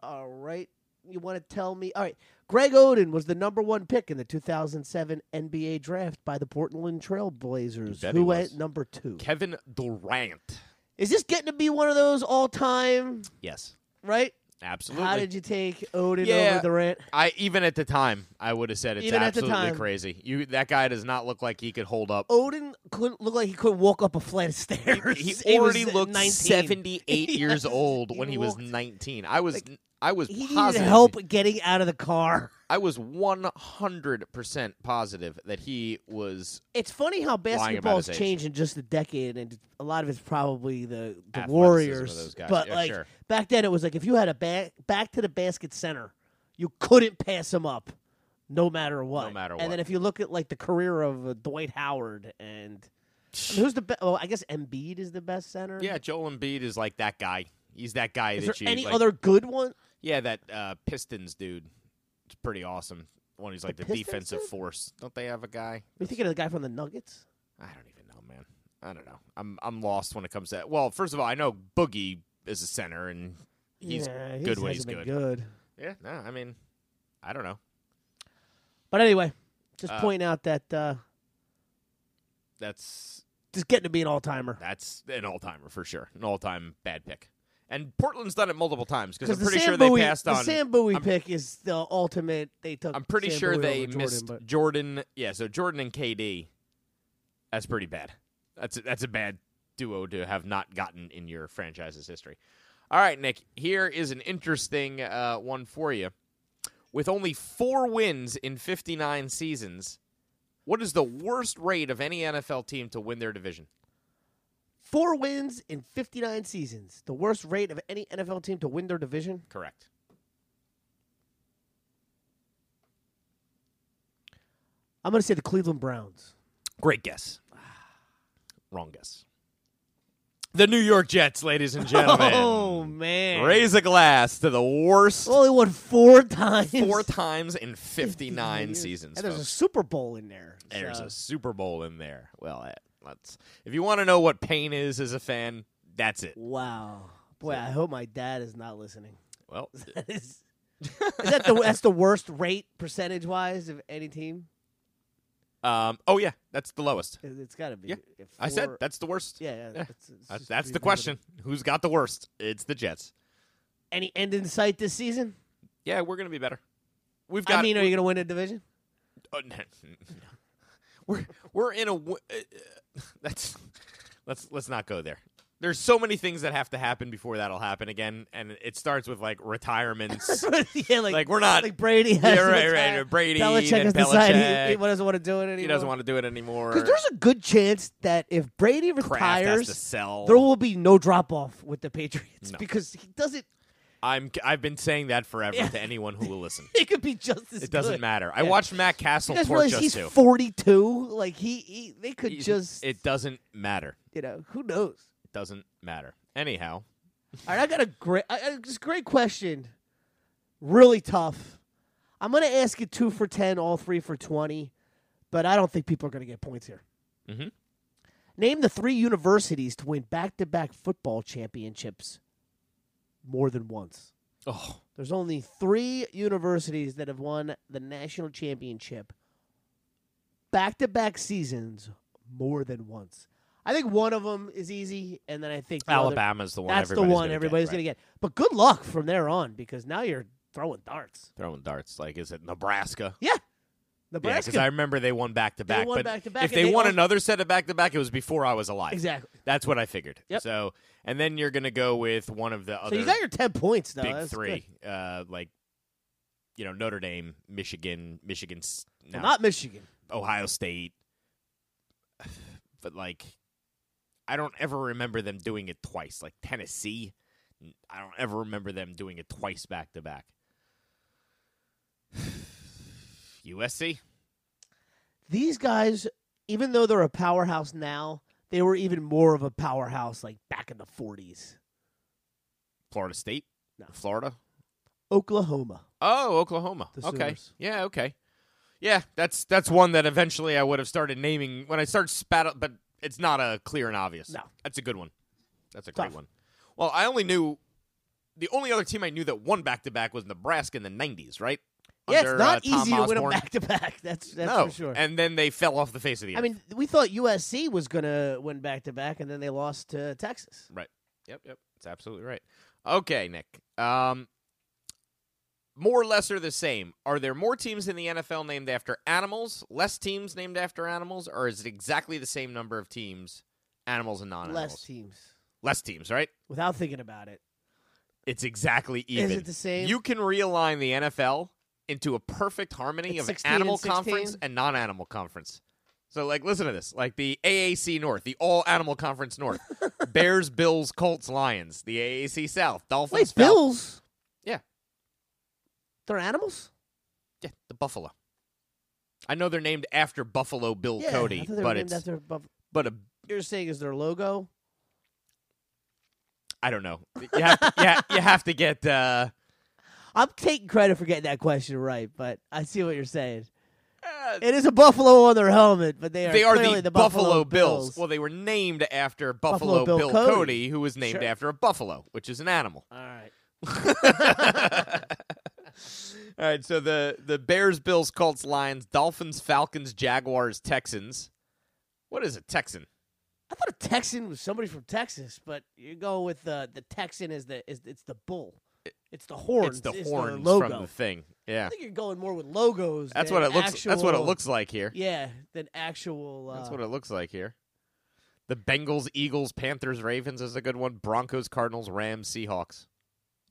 Speaker 3: All right. You want to tell me? All right. Greg Oden was the number one pick in the 2007 NBA draft by the Portland Trail Blazers,
Speaker 2: bet
Speaker 3: who
Speaker 2: he
Speaker 3: went
Speaker 2: was.
Speaker 3: number two.
Speaker 2: Kevin Durant.
Speaker 3: Is this getting to be one of those all time,
Speaker 2: Yes,
Speaker 3: right?
Speaker 2: absolutely.
Speaker 3: How did you take Odin
Speaker 2: Yeah.
Speaker 3: over Durant?
Speaker 2: I even at the time, I would have said it's
Speaker 3: Even at the
Speaker 2: absolutely
Speaker 3: time.
Speaker 2: crazy. You that guy does not look like he could hold up.
Speaker 3: Odin couldn't look like he couldn't walk up a flight of stairs.
Speaker 2: He
Speaker 3: was
Speaker 2: already looked
Speaker 3: 19.
Speaker 2: seventy-eight years
Speaker 3: Yes,
Speaker 2: old
Speaker 3: he
Speaker 2: when he was
Speaker 3: looked-
Speaker 2: nineteen. I was I was
Speaker 3: He needed
Speaker 2: positive.
Speaker 3: help getting out of the car.
Speaker 2: I was one hundred percent positive that he was.
Speaker 3: It's funny how
Speaker 2: Lying about
Speaker 3: basketball's
Speaker 2: his age.
Speaker 3: changed in just a decade, and a lot of it's probably the, the
Speaker 2: Athleticism of
Speaker 3: Warriors.
Speaker 2: those guys.
Speaker 3: But
Speaker 2: Yeah,
Speaker 3: like
Speaker 2: sure.
Speaker 3: back then, it was like if you had a back back to the basket center, you couldn't pass him up, no matter what.
Speaker 2: matter
Speaker 3: And
Speaker 2: what.
Speaker 3: then if you look at like the career of uh, Dwight Howard and I mean, who's the best? Well, I guess Embiid is the best center.
Speaker 2: Yeah, Joel Embiid is like that guy. He's that guy
Speaker 3: Is there
Speaker 2: that you.
Speaker 3: any
Speaker 2: like-
Speaker 3: other good one?
Speaker 2: Yeah, that uh, Pistons dude. It's pretty awesome. One who's like the,
Speaker 3: Pistons
Speaker 2: defensive
Speaker 3: dude?
Speaker 2: force. Don't they have a guy?
Speaker 3: Are you thinking of the guy from the Nuggets?
Speaker 2: I don't even know, man. I don't know. I'm I'm lost when it comes to that. Well, first of all, I know Boogie is a center and he's
Speaker 3: yeah,
Speaker 2: good
Speaker 3: he
Speaker 2: when he's good.
Speaker 3: hasn't been good.
Speaker 2: Yeah, no, I mean, I don't know.
Speaker 3: But anyway, just
Speaker 2: Uh,
Speaker 3: pointing out that uh,
Speaker 2: That's
Speaker 3: just getting to be an all timer.
Speaker 2: that's an all timer for sure. An all time bad pick. And Portland's done it multiple times because I'm
Speaker 3: the
Speaker 2: pretty
Speaker 3: Sam
Speaker 2: sure
Speaker 3: Bowie-
Speaker 2: they passed
Speaker 3: the
Speaker 2: on.
Speaker 3: Sam Bowie
Speaker 2: I'm-
Speaker 3: pick is the ultimate. They took.
Speaker 2: I'm pretty
Speaker 3: Sam
Speaker 2: sure
Speaker 3: Bowie
Speaker 2: they
Speaker 3: over Jordan,
Speaker 2: missed
Speaker 3: but-
Speaker 2: Jordan. Yeah, so Jordan and KD. That's pretty bad. That's a, that's a bad duo to have not gotten in your franchise's history. All right, Nick. Here is an interesting uh, one for you. With only four wins in 59 seasons, what is the worst rate of any NFL team to win their division?
Speaker 3: four wins in 59 seasons. The worst rate of any NFL team to win their division.
Speaker 2: Correct.
Speaker 3: I'm going to say the Cleveland Browns.
Speaker 2: Great guess. Wrong guess. The New York Jets, ladies and gentlemen.
Speaker 3: Oh man!
Speaker 2: Raise a glass to the worst
Speaker 3: Well, they won four times.
Speaker 2: four times in 59
Speaker 3: years.
Speaker 2: seasons.
Speaker 3: And there's a
Speaker 2: folks.
Speaker 3: Super Bowl in there.
Speaker 2: There's
Speaker 3: so-
Speaker 2: a Super Bowl in there. Well, that- that's if you want to know what pain is as a fan, that's it.
Speaker 3: wow. Boy, I hope my dad is not listening.
Speaker 2: Well,
Speaker 3: is, is that the that's the worst rate percentage wise of any team?
Speaker 2: um, oh yeah, that's the lowest.
Speaker 3: It- It's got to be.
Speaker 2: Yeah.
Speaker 3: if
Speaker 2: I said
Speaker 3: four-
Speaker 2: that's the worst.
Speaker 3: Yeah, yeah. That's,
Speaker 2: Eh, That's, that's the question. Who's got the worst? It's the Jets.
Speaker 3: Any end in sight this season?
Speaker 2: Yeah, we're gonna be better. We've got.
Speaker 3: I mean, are you going to win a division?
Speaker 2: Oh, no, no. We're we're in a w- uh, uh, that's let's let's not go there. There's so many things that have to happen before that'll happen again, and it starts with like retirements.
Speaker 3: yeah, like,
Speaker 2: like we're not.
Speaker 3: like Brady. Has
Speaker 2: yeah,
Speaker 3: to
Speaker 2: right,
Speaker 3: retire.
Speaker 2: right. Brady
Speaker 3: Belichick
Speaker 2: then
Speaker 3: has decided he, he
Speaker 2: Belichick.
Speaker 3: doesn't want to do it anymore.
Speaker 2: He doesn't want to do it anymore.
Speaker 3: Because there's a good chance that if Brady
Speaker 2: Kraft has to
Speaker 3: retires,
Speaker 2: sell.
Speaker 3: there will be no drop off with the Patriots
Speaker 2: No.
Speaker 3: because he doesn't.
Speaker 2: I'm I've been saying that forever to anyone who will listen.
Speaker 3: It could be just as
Speaker 2: It doesn't
Speaker 3: good.
Speaker 2: matter. I
Speaker 3: Yeah.
Speaker 2: watched Matt Castle
Speaker 3: You guys
Speaker 2: torch
Speaker 3: realize
Speaker 2: us
Speaker 3: he's
Speaker 2: too.
Speaker 3: 42? Like he, he they could
Speaker 2: He's-
Speaker 3: just
Speaker 2: It doesn't matter.
Speaker 3: you know, who knows?
Speaker 2: It doesn't matter. Anyhow,
Speaker 3: All right, I got a great, I, I, just great question. Really tough. I'm going to ask you two for 10, all three for 20, but I don't think people are going to get points here.
Speaker 2: Mhm.
Speaker 3: Name the three universities to win back to back football championships more than once.
Speaker 2: oh,
Speaker 3: There's only three universities that have won the national championship back to back seasons more than once. I think one of them is easy, and then I think the other-
Speaker 2: Alabama's the one.
Speaker 3: that's the
Speaker 2: everybody's
Speaker 3: one
Speaker 2: gonna
Speaker 3: everybody's
Speaker 2: get,
Speaker 3: going to get. But good luck from there on because now you're throwing darts.
Speaker 2: right? throwing darts. Like, is it Nebraska?
Speaker 3: Yeah.
Speaker 2: Yeah, because
Speaker 3: Nebraska.
Speaker 2: I remember they won back to back.
Speaker 3: won
Speaker 2: But
Speaker 3: back-to-back,
Speaker 2: if
Speaker 3: and
Speaker 2: they,
Speaker 3: they
Speaker 2: won
Speaker 3: also-
Speaker 2: another set of back to back, it was before I was alive.
Speaker 3: exactly.
Speaker 2: That's what I figured.
Speaker 3: Yep.
Speaker 2: So, and then you're gonna go with one of the
Speaker 3: So
Speaker 2: other
Speaker 3: you got your 10 points, though.
Speaker 2: big
Speaker 3: That's good.
Speaker 2: three, uh, like you know Notre Dame, Michigan, Michigan, S-
Speaker 3: Well,
Speaker 2: no,
Speaker 3: not Michigan.
Speaker 2: Ohio State. But like, I don't ever remember them doing it twice. Like Tennessee, n- I don't ever remember them doing it twice back to back. USC.
Speaker 3: These guys, even though they're a powerhouse now, they were even more of a powerhouse like back in the 40s.
Speaker 2: Florida State?
Speaker 3: No.
Speaker 2: Florida?
Speaker 3: Oklahoma.
Speaker 2: Oh, Oklahoma.
Speaker 3: The
Speaker 2: okay.
Speaker 3: Sooners.
Speaker 2: Yeah, okay. Yeah, that's that's one that eventually I would have started naming when I started spat up, but it's not a clear and obvious.
Speaker 3: No.
Speaker 2: That's a good one. That's a
Speaker 3: Tough.
Speaker 2: great one. Well, I only knew the only other team I knew that won back to back was Nebraska in the 90s, right?
Speaker 3: yeah,
Speaker 2: Under,
Speaker 3: it's not
Speaker 2: uh, Tom
Speaker 3: easy to win them
Speaker 2: Osborne.
Speaker 3: back to back. That's that's
Speaker 2: no.
Speaker 3: for sure.
Speaker 2: And then they fell off the face of the earth.
Speaker 3: I mean, we thought USC was going to win back to back, and then they lost to Texas.
Speaker 2: Yep, yep. That's absolutely right. Okay, Nick. Um, more or less are the same. Are there more teams in the NFL named after animals, less teams named after animals, or is it exactly the same number of teams, animals and non animals?
Speaker 3: Less teams.
Speaker 2: less teams, right?
Speaker 3: Without thinking about it,
Speaker 2: It's exactly
Speaker 3: is
Speaker 2: even.
Speaker 3: it the same?
Speaker 2: you can realign the NFL into a perfect harmony
Speaker 3: It's
Speaker 2: of
Speaker 3: 16 and
Speaker 2: animal conference
Speaker 3: 16?
Speaker 2: and non animal conference. So, like, listen to this. Like the AAC North, the all animal conference North, Bears, Bills, Colts, Lions, the AAC South, Dolphins,
Speaker 3: Wait,
Speaker 2: Falcons.
Speaker 3: Bills?
Speaker 2: Yeah.
Speaker 3: They're animals?
Speaker 2: Yeah, the Buffalo. I know they're named after Buffalo Bill
Speaker 3: yeah, I
Speaker 2: Cody,
Speaker 3: thought they were
Speaker 2: but
Speaker 3: named
Speaker 2: it's
Speaker 3: after Buff-
Speaker 2: but a
Speaker 3: You're saying is their logo?
Speaker 2: I don't know. You have to, yeah, you have to get uh,
Speaker 3: I'm taking credit for getting that question right, but I see what you're saying.
Speaker 2: uh,
Speaker 3: It is a buffalo on their helmet, but they are
Speaker 2: they are
Speaker 3: clearly
Speaker 2: the,
Speaker 3: the
Speaker 2: Buffalo, Bills.
Speaker 3: Bills.
Speaker 2: Well, they were named after Buffalo,
Speaker 3: Buffalo Bill Cody.
Speaker 2: who was named
Speaker 3: Sure.
Speaker 2: after a buffalo, which is an animal.
Speaker 3: All right.
Speaker 2: All right, so the the Bears, Bills, Colts, Lions, Dolphins, Falcons, Jaguars, Texans. What is a Texan?
Speaker 3: I thought a Texan was somebody from Texas, but you go with the the Texan is the is it's the bull. It's the horns.
Speaker 2: it's the
Speaker 3: is their
Speaker 2: horns
Speaker 3: logo.
Speaker 2: from the thing. Yeah,
Speaker 3: I think you're going more with logos.
Speaker 2: that's
Speaker 3: than
Speaker 2: what it looks. that's what it
Speaker 3: actual-
Speaker 2: looks like here.
Speaker 3: Yeah, than actual. Uh,
Speaker 2: That's what it looks like here. The Bengals, Eagles, Panthers, Ravens is a good one. Broncos, Cardinals, Rams, Seahawks.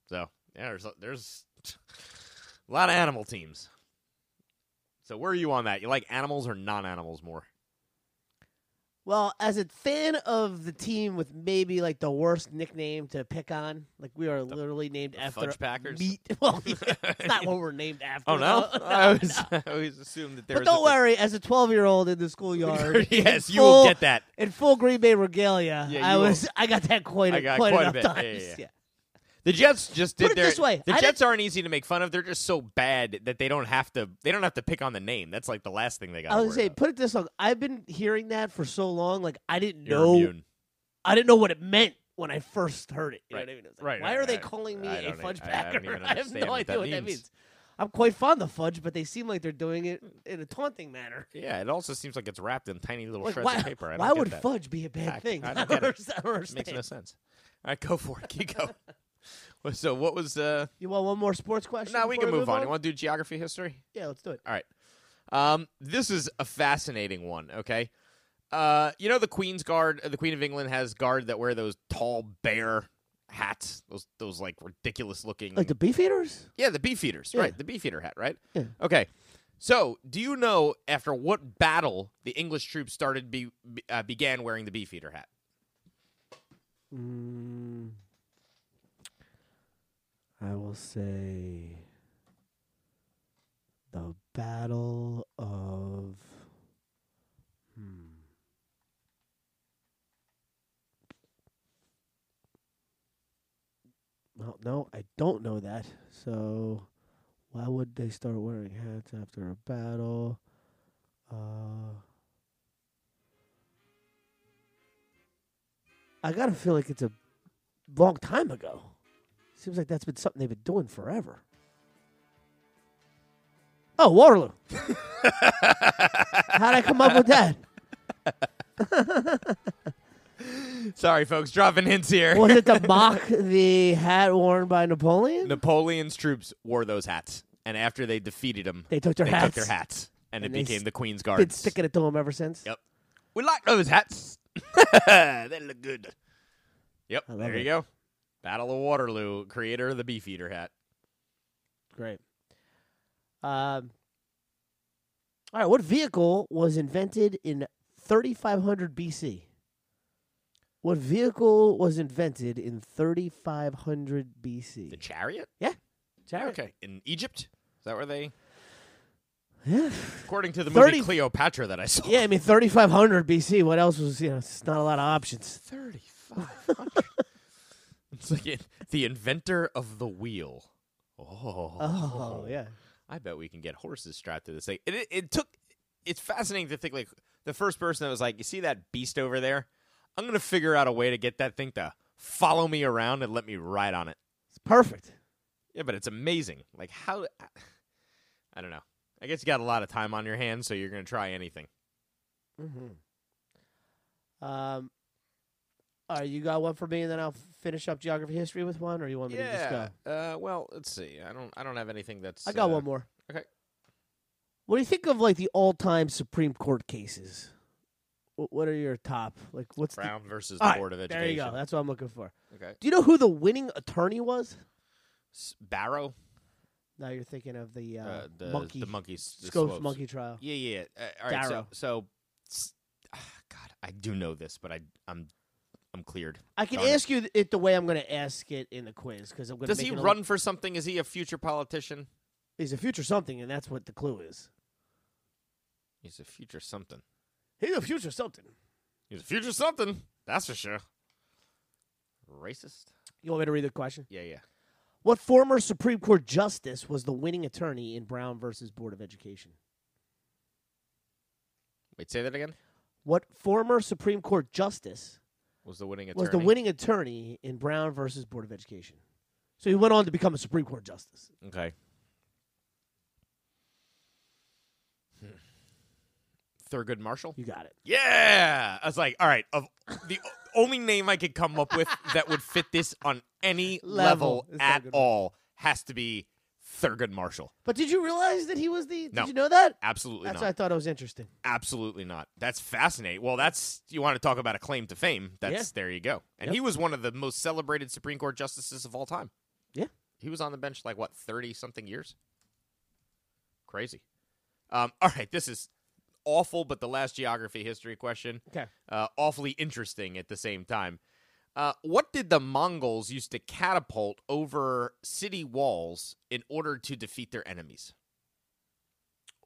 Speaker 2: So yeah, there's there's a lot of animal teams. So where are you on that? You like animals or non-animals more?
Speaker 3: Well, as a fan of the team with maybe like the worst nickname to pick on, like we are literally named
Speaker 2: the
Speaker 3: after
Speaker 2: Fudge Packers?
Speaker 3: meat. Well, yeah, it's not what we're named after.
Speaker 2: Oh no,
Speaker 3: though.
Speaker 2: I always,
Speaker 3: no.
Speaker 2: I always assumed that there.
Speaker 3: But
Speaker 2: was a
Speaker 3: don't worry, as a 12 year old in the schoolyard,
Speaker 2: thing- yes,
Speaker 3: in
Speaker 2: you will
Speaker 3: full-
Speaker 2: get that.
Speaker 3: in full Green Bay regalia,
Speaker 2: Yeah,
Speaker 3: I
Speaker 2: you will.
Speaker 3: was I got that quite,
Speaker 2: I got
Speaker 3: quite,
Speaker 2: quite a
Speaker 3: enough
Speaker 2: bit. Yeah,
Speaker 3: times.
Speaker 2: yeah, yeah. The Jets just did
Speaker 3: Put it
Speaker 2: their.
Speaker 3: this way,
Speaker 2: The
Speaker 3: I
Speaker 2: Jets aren't easy to make fun of. They're just so bad that they don't have to. They don't have to pick on the name. That's like the last thing they got.
Speaker 3: I was gonna say, put it this way: I've been hearing that for so long, like I didn't
Speaker 2: You're
Speaker 3: know
Speaker 2: immune.
Speaker 3: I didn't know what it meant when I first heard it. You
Speaker 2: Right.
Speaker 3: know what I mean? It was like,
Speaker 2: Right,
Speaker 3: Why
Speaker 2: right,
Speaker 3: are they
Speaker 2: right.
Speaker 3: calling me
Speaker 2: I
Speaker 3: a
Speaker 2: don't e-
Speaker 3: fudge
Speaker 2: I- I
Speaker 3: packer?
Speaker 2: don't even
Speaker 3: have
Speaker 2: understand
Speaker 3: no
Speaker 2: what
Speaker 3: idea
Speaker 2: that
Speaker 3: what that
Speaker 2: means.
Speaker 3: means. I'm quite fond of fudge, but they seem like they're doing it in a taunting manner.
Speaker 2: Yeah, it also seems like it's wrapped in tiny little
Speaker 3: Like,
Speaker 2: shreds
Speaker 3: why
Speaker 2: of paper. I
Speaker 3: why
Speaker 2: don't get
Speaker 3: would
Speaker 2: that.
Speaker 3: fudge be a bad
Speaker 2: I-
Speaker 3: thing?
Speaker 2: I don't get it.
Speaker 3: understand- I don't
Speaker 2: It makes no
Speaker 3: understand.
Speaker 2: sense. All right, go for it. Keep going. Well, so what was uh
Speaker 3: You want one more sports question?
Speaker 2: now we
Speaker 3: before
Speaker 2: can move, on. You want Mm. to do geography history?
Speaker 3: Yeah, let's do it.
Speaker 2: All right. Um this is a fascinating one, okay? Uh you know the Queen's guard, uh, the Queen of England has guard that wear those tall bear hats, those those like ridiculous looking
Speaker 3: Like the beefeaters?
Speaker 2: Yeah, the beefeaters,
Speaker 3: Yeah.
Speaker 2: right? The beefeater hat, right?
Speaker 3: Yeah.
Speaker 2: Okay. So, do you know after what battle the English troops started be, be- uh, began wearing the beefeater hat?
Speaker 3: Mm, I will say the Battle of. Hmm. Well, no, I don't know that. So, why would they start wearing hats after a battle? Uh, I gotta feel like it's a long time ago. Seems like that's been something they've been doing forever. Oh, Waterloo. How'd I come up with that?
Speaker 2: Sorry, folks, dropping hints here.
Speaker 3: Was it to mock the hat worn by Napoleon?
Speaker 2: Napoleon's troops wore those hats, and after they defeated him,
Speaker 3: They took their
Speaker 2: they
Speaker 3: hats.
Speaker 2: took their hats, and, it
Speaker 3: And they
Speaker 2: became
Speaker 3: s-
Speaker 2: the Queen's
Speaker 3: Been
Speaker 2: Guards.
Speaker 3: sticking it to him ever since.
Speaker 2: Yep. We like those hats. they look good. Yep.
Speaker 3: I love
Speaker 2: There
Speaker 3: it.
Speaker 2: you go. Battle of Waterloo, creator of the Beefeater hat.
Speaker 3: Great. Um, all right. What vehicle was invented in 3500 BC? What vehicle was invented in 3500 BC?
Speaker 2: The chariot?
Speaker 3: Chariot.
Speaker 2: Okay. In Egypt? Is that where they
Speaker 3: Yeah.
Speaker 2: according to the movie
Speaker 3: 30
Speaker 2: Cleopatra that I saw?
Speaker 3: Yeah, I mean 3500 BC. What else was you know? It's not a lot of options.
Speaker 2: Thirty five hundred. it's like it- the inventor of the wheel. Oh.
Speaker 3: Oh, yeah.
Speaker 2: I bet we can get horses strapped to this thing. It, it, it took. It's fascinating to think like the first person that was like, "You see that beast over there? I'm gonna figure out a way to get that thing to follow me around and let me ride on it."
Speaker 3: It's perfect.
Speaker 2: Yeah, but it's amazing. Like how? I don't know. I guess you got a lot of time on your hands, so you're gonna try anything.
Speaker 3: Mm-hmm. Um. All right, you got one for me, and then I'll f- finish up geography history with one, or you want me to just go?
Speaker 2: Uh, well, let's see. I don't. I don't have anything that's.
Speaker 3: I got
Speaker 2: uh,
Speaker 3: one more.
Speaker 2: okay.
Speaker 3: What do you think of like the all-time Supreme Court cases? What, what are your top? Like, what's
Speaker 2: Brown versus
Speaker 3: the All
Speaker 2: the
Speaker 3: right,
Speaker 2: Board of Education.
Speaker 3: There you go. That's what I'm looking for.
Speaker 2: Okay.
Speaker 3: Do you know who the winning attorney was?
Speaker 2: S- Barrow.
Speaker 3: Now you're thinking of the, uh,
Speaker 2: uh, the
Speaker 3: monkey
Speaker 2: The monkeys. the
Speaker 3: Scopes
Speaker 2: Swopes.
Speaker 3: monkey trial.
Speaker 2: Yeah, yeah. yeah. Uh, all right.
Speaker 3: Darrow.
Speaker 2: So, so s- ah, God, I do know this, but I, I'm, I'm cleared.
Speaker 3: I can
Speaker 2: Darn it.
Speaker 3: ask you th- it the way I'm going to ask it in the quiz because I'm going.
Speaker 2: Does he run for something? Is he a future politician?
Speaker 3: He's a future something, and that's what the clue is.
Speaker 2: He's a future something.
Speaker 3: He's a future something.
Speaker 2: He's a future something. That's for sure. Racist.
Speaker 3: You want me to read the question?
Speaker 2: Yeah, yeah.
Speaker 3: What former Supreme Court justice was the winning attorney in Brown versus Board of Education?
Speaker 2: Wait, say that again.
Speaker 3: What former Supreme Court justice
Speaker 2: Was the winning attorney?
Speaker 3: was the winning attorney in Brown versus Board of Education? So he went on to become a Supreme Court justice.
Speaker 2: Okay. Hmm. Thurgood Marshall.
Speaker 3: You got it.
Speaker 2: Yeah, I was like, all right. Of the o- only name I could come up with that would fit this on any
Speaker 3: Level.
Speaker 2: level,
Speaker 3: It's
Speaker 2: at
Speaker 3: Thurgood Marshall.
Speaker 2: all has to be Thurgood Marshall.
Speaker 3: But did you realize that he was the?
Speaker 2: No.
Speaker 3: Did you know that?
Speaker 2: Absolutely
Speaker 3: That's
Speaker 2: not.
Speaker 3: why I thought it was interesting.
Speaker 2: Absolutely not. That's fascinating. Well, that's you want to talk about a claim to fame. That's there you go. And
Speaker 3: Yep.
Speaker 2: he was one of the most celebrated Supreme Court justices of all time.
Speaker 3: Yeah.
Speaker 2: he was on the bench like what thirty something years. Crazy. Um, all right, this is awful, but the last geography history question.
Speaker 3: Okay.
Speaker 2: uh, awfully interesting at the same time. Uh, what did the Mongols use to catapult over city walls in order to defeat their enemies?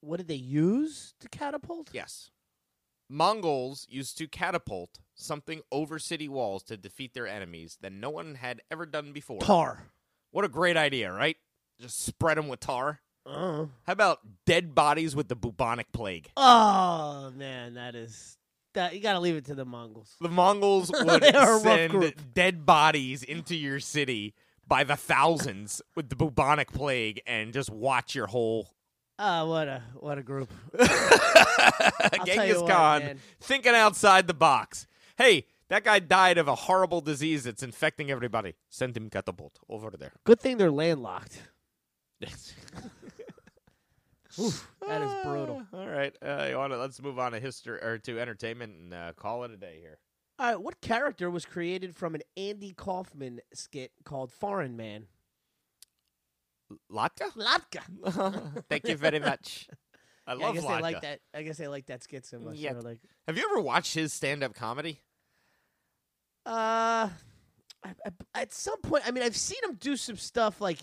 Speaker 3: What did they use to catapult?
Speaker 2: Yes. Mongols used to catapult something over city walls to defeat their enemies that no one had ever done before.
Speaker 3: Tar.
Speaker 2: What a great idea, right? Just spread them with tar.
Speaker 3: Oh.
Speaker 2: How about dead bodies with the bubonic plague?
Speaker 3: Oh man, that is that. You got to leave it to the Mongols.
Speaker 2: The Mongols would
Speaker 3: They are a rough
Speaker 2: send
Speaker 3: group.
Speaker 2: dead bodies into your city by the thousands with the bubonic plague and just watch your whole
Speaker 3: Ah, what a what a group. tell you
Speaker 2: Genghis
Speaker 3: what,
Speaker 2: Khan
Speaker 3: man.
Speaker 2: thinking outside the box. Hey, that guy died of a horrible disease that's infecting everybody. Send him catapult over there.
Speaker 3: Good thing they're landlocked. That is brutal.
Speaker 2: Ah, all right, uh, you wanna- let's move on to history or to entertainment and uh, call it a day here.
Speaker 3: Ah. All right, what character was created from an Andy Kaufman skit called Foreign Man?
Speaker 2: Latka.
Speaker 3: Latka.
Speaker 2: Thank you very much. I
Speaker 3: Yeah, I
Speaker 2: love
Speaker 3: guess they like
Speaker 2: Latka.
Speaker 3: that. I guess they like that skit so much.
Speaker 2: Yeah.
Speaker 3: Yeah. Like,
Speaker 2: Have you ever watched his stand-up comedy?
Speaker 3: uh, I, I, at some point, I mean, I've seen him do some stuff like.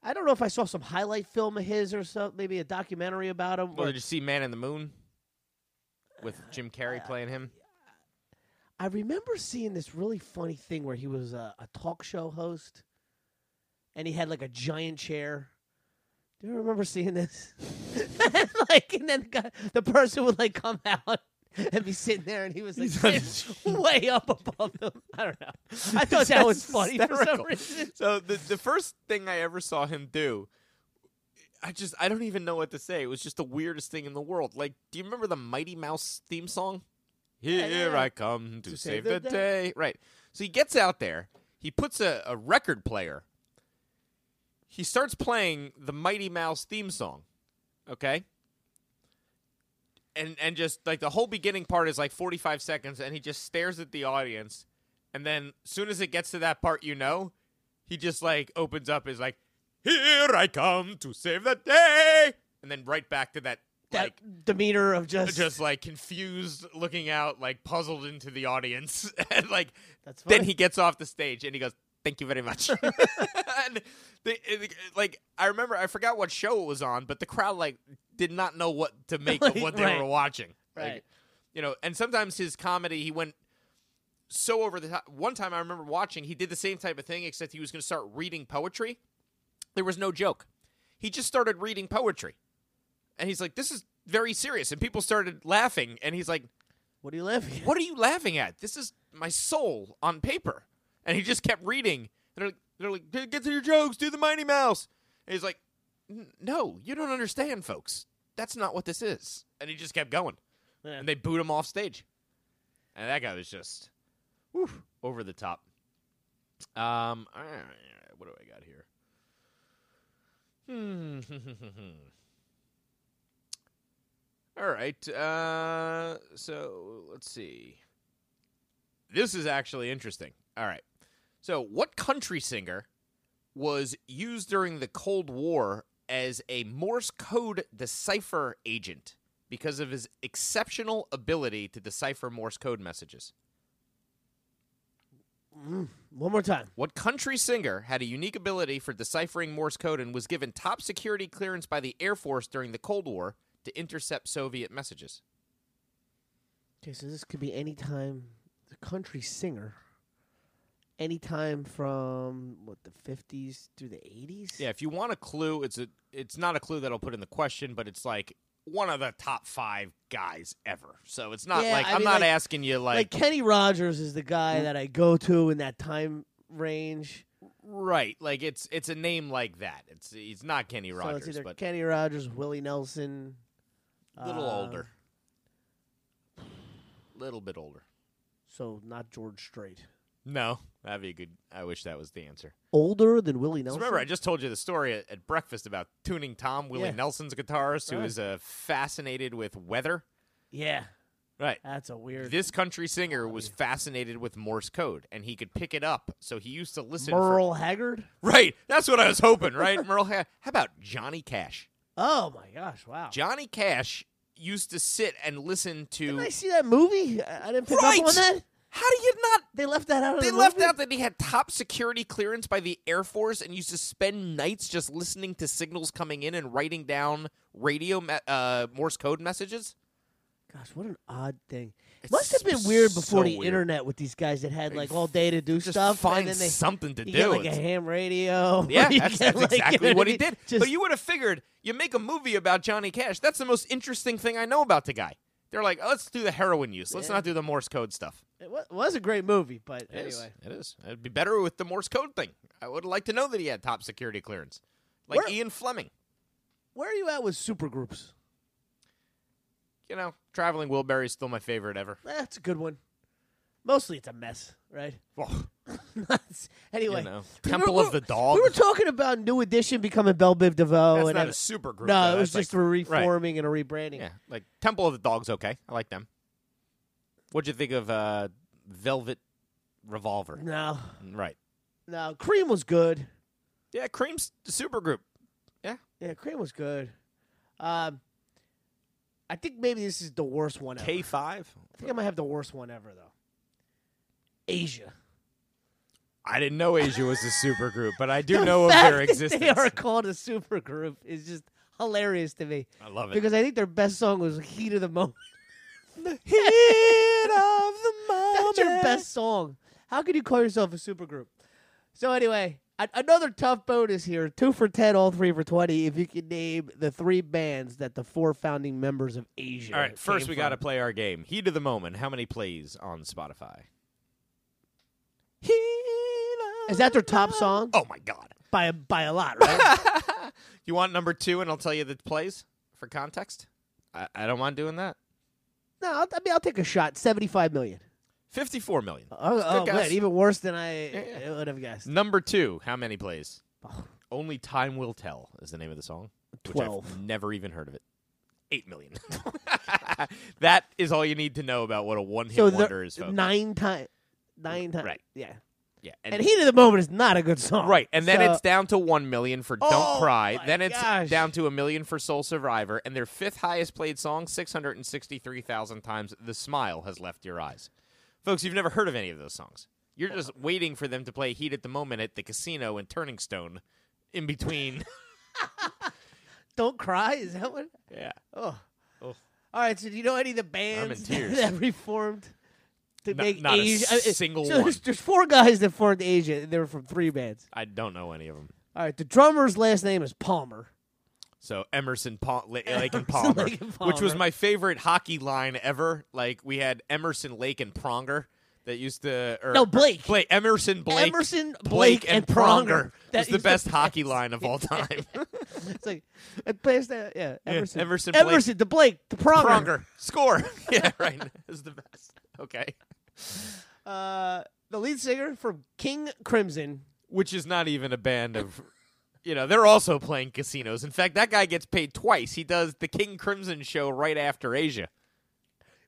Speaker 3: I don't know if I saw some highlight film of his or something, maybe a documentary about him.
Speaker 2: Well,
Speaker 3: or-
Speaker 2: did you see Man in the Moon with Jim Carrey
Speaker 3: Uh,
Speaker 2: playing him?
Speaker 3: I remember seeing this really funny thing where he was a, a talk show host, and he had like a giant chair. Do you remember seeing this? And, like, and then the, guy, the person would like come out and be sitting there, and he was like sitting way up above them. I don't know. I thought that was funny for some
Speaker 2: hysterical.
Speaker 3: reason.
Speaker 2: So the the first thing I ever saw him do, I just I don't even know what to say. It was just the weirdest thing in the world. Like, do you remember the Mighty Mouse theme song? Here
Speaker 3: yeah, yeah.
Speaker 2: I come to, save, the, day. Right. So he gets out there. He puts a, a record player. He starts playing the Mighty Mouse theme song. Okay. And and just like the whole beginning part is like 45 seconds, and he just stares at the audience. And then, soon as it gets to that part, you know, he just like opens up is like here i come to save the day and then right back to that
Speaker 3: That
Speaker 2: like
Speaker 3: demeanor of just,
Speaker 2: just like confused looking out like puzzled into the audience and like
Speaker 3: That's
Speaker 2: then
Speaker 3: funny.
Speaker 2: he gets off the stage and he goes thank you very much and they, it- like i remember i forgot what show it was on but the crowd like did not know what to make of
Speaker 3: Like,
Speaker 2: what they
Speaker 3: right.
Speaker 2: were watching Like,
Speaker 3: Right.
Speaker 2: you know and sometimes his comedy he went so over the top. One time I remember watching, he did the same type of thing, except he was going to start reading poetry. There was no joke. He just started reading poetry. And he's like, this is very serious. And people started laughing. And he's like,
Speaker 3: what do you live? Here?
Speaker 2: what are you laughing at? This is my soul on paper. And he just kept reading. They're like, they're like "Get- get to your jokes, do the Mighty Mouse. And he's like, "N- no, you don't understand, folks. That's not what this is. And he just kept going.
Speaker 3: Yeah.
Speaker 2: And they boot him off stage. And that guy was just whew, over the top. Um, all right, all right, what do I got here? Hmm. all right. Uh, so let's see. This is actually interesting. All right. So, what country singer was used during the Cold War as a Morse code decipher agent because of his exceptional ability to decipher Morse code messages?
Speaker 3: Mm. One more time.
Speaker 2: What country singer had a unique ability for deciphering Morse code and was given top security clearance by the Air Force during the Cold War to intercept Soviet messages?
Speaker 3: Okay, so this could be any time the country singer, any time from what the fifties through the eighties.
Speaker 2: Yeah, if you want a clue, it's a it's not a clue that I'll put in the question, but it's like one of the top five guys ever. So it's not
Speaker 3: Yeah,
Speaker 2: like I
Speaker 3: I
Speaker 2: am
Speaker 3: mean,
Speaker 2: not
Speaker 3: like-
Speaker 2: asking you
Speaker 3: like,
Speaker 2: like, Hmm.
Speaker 3: Kenny Rogers is the guy that I go to in that time range.
Speaker 2: right, like it's it's a name like that. It's he's not Kenny Rogers,
Speaker 3: so it's either
Speaker 2: but
Speaker 3: Kenny Rogers, Willie Nelson.
Speaker 2: a little
Speaker 3: uh,
Speaker 2: older, little bit older.
Speaker 3: So not George Strait.
Speaker 2: No, that'd be a good. I wish that was the answer.
Speaker 3: Older than Willie
Speaker 2: 'Cause
Speaker 3: Nelson.
Speaker 2: Remember, I just told you the story at, at breakfast about tuning Tom Willie
Speaker 3: Yeah.
Speaker 2: Nelson's guitarist, who
Speaker 3: Right.
Speaker 2: is uh, fascinated with weather.
Speaker 3: yeah,
Speaker 2: Right.
Speaker 3: that's a weird.
Speaker 2: This country singer was fascinated with Morse code, and he could pick it up. So he used to listen. for-
Speaker 3: Merle Haggard.
Speaker 2: right. That's what I was hoping. Right, Merle. Ha- How about Johnny Cash?
Speaker 3: Oh my gosh! Wow.
Speaker 2: Johnny Cash used to sit and listen
Speaker 3: Didn't I
Speaker 2: to.
Speaker 3: see that movie? I I didn't pick
Speaker 2: Right.
Speaker 3: up on that.
Speaker 2: How do you not?
Speaker 3: They left that out. Of
Speaker 2: They
Speaker 3: the
Speaker 2: left
Speaker 3: movie?
Speaker 2: out that he had top security clearance by the Air Force and used to spend nights just listening to signals coming in and writing down radio me- uh, Morse code messages.
Speaker 3: Gosh, what an odd thing!
Speaker 2: It's
Speaker 3: Must have been
Speaker 2: s-
Speaker 3: weird
Speaker 2: so
Speaker 3: before the
Speaker 2: weird.
Speaker 3: internet with these guys that had
Speaker 2: They
Speaker 3: like all day to do
Speaker 2: Just
Speaker 3: stuff,
Speaker 2: find
Speaker 3: and then they
Speaker 2: something to
Speaker 3: you
Speaker 2: do.
Speaker 3: get like a
Speaker 2: It's-
Speaker 3: ham radio. or
Speaker 2: Yeah,
Speaker 3: you
Speaker 2: that's,
Speaker 3: get,
Speaker 2: that's
Speaker 3: like, you
Speaker 2: exactly
Speaker 3: know
Speaker 2: what he
Speaker 3: I mean?
Speaker 2: did.
Speaker 3: Just,
Speaker 2: but you would have figured you make a movie about Johnny Cash. That's the most interesting thing I know about the guy. They're like, oh, let's do the heroin use. Let's
Speaker 3: Yeah.
Speaker 2: not do the Morse code stuff.
Speaker 3: it wa- was a great movie, but
Speaker 2: It is.
Speaker 3: anyway,
Speaker 2: it is. It'd be better with the Morse code thing. I would like to know that he had top security clearance, like
Speaker 3: Where-
Speaker 2: Ian Fleming.
Speaker 3: where are you at with supergroups?
Speaker 2: You know, traveling Wilbury is still my favorite ever.
Speaker 3: That's a good one. Mostly, it's a mess, right?
Speaker 2: Well,
Speaker 3: anyway,
Speaker 2: you know,
Speaker 3: we
Speaker 2: Temple
Speaker 3: were-
Speaker 2: of the Dog.
Speaker 3: We were talking about New Edition becoming Belle Biv DeVoe,
Speaker 2: that's
Speaker 3: Oh, and
Speaker 2: not
Speaker 3: ev-
Speaker 2: a super group.
Speaker 3: no,
Speaker 2: though.
Speaker 3: it was
Speaker 2: That's
Speaker 3: just
Speaker 2: like,
Speaker 3: a reforming and a rebranding.
Speaker 2: yeah, like Temple of the Dog's okay. I like them. What'd you think of uh, Velvet Revolver?
Speaker 3: No,
Speaker 2: Right.
Speaker 3: no, Cream was good.
Speaker 2: Yeah, Cream's the supergroup.
Speaker 3: Yeah, Cream was good. Um, I think maybe this is the worst one ever. I
Speaker 2: five.
Speaker 3: think I might have the worst one ever though. Asia.
Speaker 2: I didn't know Asia was a supergroup, but I do
Speaker 3: The
Speaker 2: know of
Speaker 3: fact
Speaker 2: their
Speaker 3: that
Speaker 2: existence.
Speaker 3: They are called a supergroup is just hilarious to me
Speaker 2: I love it.
Speaker 3: because I think their best song was "Heat of the Moment."
Speaker 2: Heat of the moment.
Speaker 3: That's your best song. How could you call yourself a supergroup? So anyway, a- another tough bonus here: two for ten, all three for twenty. If you can name the three bands that the four founding members of Asia.
Speaker 2: All right, first
Speaker 3: came
Speaker 2: we got to
Speaker 3: from.
Speaker 2: play our game. Heat of the moment. How many plays on Spotify? Heat
Speaker 3: Is that their top song
Speaker 2: Oh my god.
Speaker 3: by by a lot? Right?
Speaker 2: You want number 2 and I'll tell you the plays for context? I, I don't mind doing that.
Speaker 3: no, I'll, I mean I'll take a shot. Seventy-five million.
Speaker 2: 54 million.
Speaker 3: Oh, oh
Speaker 2: guess.
Speaker 3: man, even worse than I,
Speaker 2: Yeah,
Speaker 3: would have guessed.
Speaker 2: Number 2, how many plays?
Speaker 3: Oh.
Speaker 2: Only time will tell is the name of the song. which I've
Speaker 3: 12.
Speaker 2: never even heard of it. 8 million. that is all you need to know about what a one-hit
Speaker 3: So
Speaker 2: wonder is,
Speaker 3: the,
Speaker 2: folks.
Speaker 3: nine times, nine times.
Speaker 2: Right.
Speaker 3: Yeah.
Speaker 2: yeah.
Speaker 3: And, heat of the moment is not a good song.
Speaker 2: Right, and then
Speaker 3: So-
Speaker 2: it's down to one million for
Speaker 3: Oh,
Speaker 2: "Don't Cry."
Speaker 3: my
Speaker 2: Then it's
Speaker 3: gosh.
Speaker 2: down to a million for "Soul Survivor," and their fifth highest played song, six hundred and sixty-three thousand times, "The Smile Has Left Your Eyes." Folks, you've never heard of any of those songs. You're just waiting for them to play "Heat at the Moment" at the casino in Turning Stone, in between.
Speaker 3: Don't cry. Is that what?
Speaker 2: yeah,
Speaker 3: Oh.
Speaker 2: Oh.
Speaker 3: All right. So do you know any of the bands
Speaker 2: tears.
Speaker 3: that reformed to
Speaker 2: No-
Speaker 3: make
Speaker 2: not a
Speaker 3: Asia? I- I-
Speaker 2: single
Speaker 3: so There's,
Speaker 2: one.
Speaker 3: there's four guys that formed Asia, and they were from three bands.
Speaker 2: I don't know any of them.
Speaker 3: All right. The drummer's last name is Palmer.
Speaker 2: So Emerson pa- La- Lake
Speaker 3: Emerson,
Speaker 2: and Palmer,
Speaker 3: Lake and
Speaker 2: which was
Speaker 3: Palmer.
Speaker 2: my favorite hockey line ever. Like we had Emerson Lake and Pronger that used to or,
Speaker 3: No, Blake.
Speaker 2: Er, Blake Emerson Blake
Speaker 3: Emerson,
Speaker 2: Blake, and Pronger.
Speaker 3: That
Speaker 2: That's the
Speaker 3: is
Speaker 2: best hockey line of all time.
Speaker 3: It's like it plays that. Yeah. Emerson.
Speaker 2: Emerson, Blake.
Speaker 3: Emerson. The Blake. The Pronger.
Speaker 2: Pronger score. yeah, right. Is the best. Okay,
Speaker 3: Uh, the lead singer from King Crimson.
Speaker 2: which is not even a band of. You know they're also playing casinos. In fact, that guy gets paid twice. He does the King Crimson show right after Asia.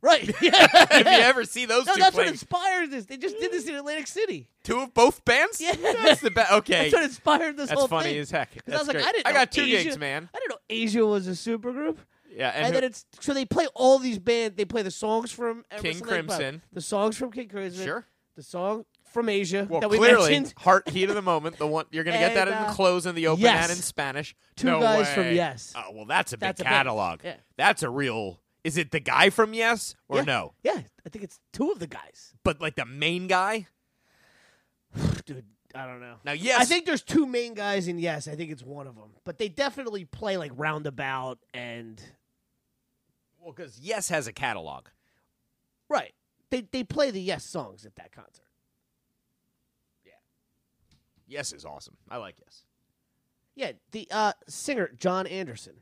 Speaker 3: Right. Yeah.
Speaker 2: If you ever see those
Speaker 3: no,
Speaker 2: two
Speaker 3: that's what
Speaker 2: playing,
Speaker 3: inspired this. They just did this in Atlantic City.
Speaker 2: two of both bands.
Speaker 3: Yeah.
Speaker 2: that's the best. Okay,
Speaker 3: That's what inspired this
Speaker 2: That's
Speaker 3: whole
Speaker 2: funny
Speaker 3: thing.
Speaker 2: as heck.
Speaker 3: 'Cause I was
Speaker 2: That's
Speaker 3: like,
Speaker 2: great.
Speaker 3: I didn't
Speaker 2: I
Speaker 3: know
Speaker 2: got two
Speaker 3: Asia-
Speaker 2: gigs, man.
Speaker 3: I didn't know Asia was a supergroup.
Speaker 2: Yeah,
Speaker 3: And,
Speaker 2: and, who-
Speaker 3: then it's so they play all these bands. They play the songs from Emerson,
Speaker 2: King
Speaker 3: Lake Palmer,
Speaker 2: Crimson.
Speaker 3: the songs from King Crimson,
Speaker 2: sure.
Speaker 3: the song from Asia
Speaker 2: Well,
Speaker 3: that we
Speaker 2: clearly,
Speaker 3: mentioned,
Speaker 2: heart heat of the moment. The one you're gonna get that
Speaker 3: And,
Speaker 2: in
Speaker 3: uh,
Speaker 2: the close and the open
Speaker 3: Yes.
Speaker 2: and in Spanish.
Speaker 3: Two
Speaker 2: No
Speaker 3: guys from
Speaker 2: way.
Speaker 3: Yes.
Speaker 2: Oh well, that's a big
Speaker 3: That's a big-
Speaker 2: catalog.
Speaker 3: yeah.
Speaker 2: That's a real. Is it the guy from Yes or
Speaker 3: Yeah.
Speaker 2: no?
Speaker 3: Yeah, I think it's two of the guys,
Speaker 2: But like the main guy.
Speaker 3: dude. I don't know.
Speaker 2: Now Yes,
Speaker 3: I think there's two main guys, and yes, I think it's one of them. But they definitely play like Roundabout and
Speaker 2: well because Yes has a catalog.
Speaker 3: right. They they play the Yes songs at that concert.
Speaker 2: Yes is awesome. I like Yes.
Speaker 3: Yeah, the uh, singer John Anderson.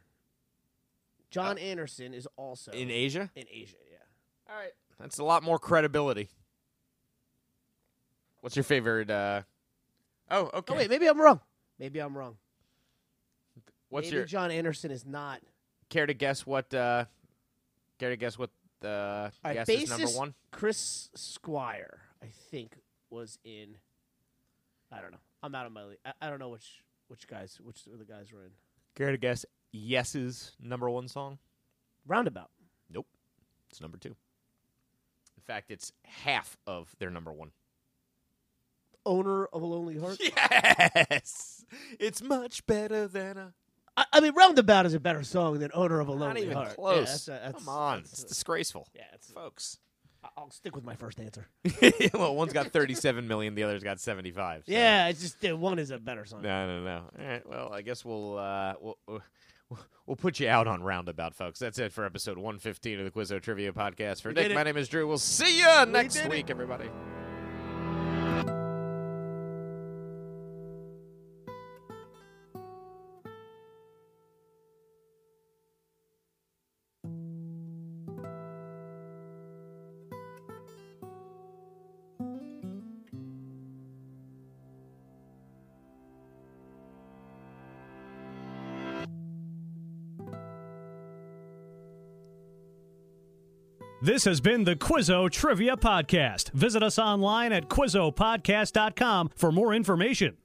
Speaker 3: John Anderson is also
Speaker 2: Uh, In Asia,
Speaker 3: in Asia. Yeah.
Speaker 2: all right, that's a lot more credibility. What's your favorite? uh Oh, okay.
Speaker 3: Oh wait, maybe I'm wrong. Maybe I'm wrong.
Speaker 2: What's
Speaker 3: maybe
Speaker 2: your
Speaker 3: John Anderson is not.
Speaker 2: care to guess what uh care to guess what the
Speaker 3: All right,
Speaker 2: guess is number
Speaker 3: bassist-
Speaker 2: one?
Speaker 3: Chris Squire, I think, was in. I don't know. I'm out of my league. I, I don't know which which guys which of the guys were in
Speaker 2: Care to guess Yes's number one song?
Speaker 3: Roundabout.
Speaker 2: It's number two. In fact, it's half of their number one.
Speaker 3: Owner of a Lonely Heart.
Speaker 2: Yes, it's much better than a.
Speaker 3: I, I mean, Roundabout is a better song than Owner of a
Speaker 2: Not
Speaker 3: Lonely
Speaker 2: even
Speaker 3: Heart. Yeah,
Speaker 2: close.
Speaker 3: that's a- that's-
Speaker 2: Come on,
Speaker 3: that's
Speaker 2: it's
Speaker 3: a-
Speaker 2: disgraceful,
Speaker 3: yeah, it's,
Speaker 2: folks.
Speaker 3: I- I'll stick with my first answer.
Speaker 2: well, one's got thirty-seven million, the other's got seventy-five. so-
Speaker 3: Yeah, it's just uh, one is a better song.
Speaker 2: No, no, no. All right. Well, I guess we'll uh, we'll we'll- we'll put you out on roundabout, folks. That's it for episode 115 of the Quizzo Trivia Podcast. For
Speaker 3: We did
Speaker 2: Nick,
Speaker 3: it.
Speaker 2: my name is Drew. We'll see you next
Speaker 3: did it.
Speaker 2: week, everybody.
Speaker 1: This has been the Quizzo Trivia Podcast. Visit us online at QuizzoPodcast.com for more information.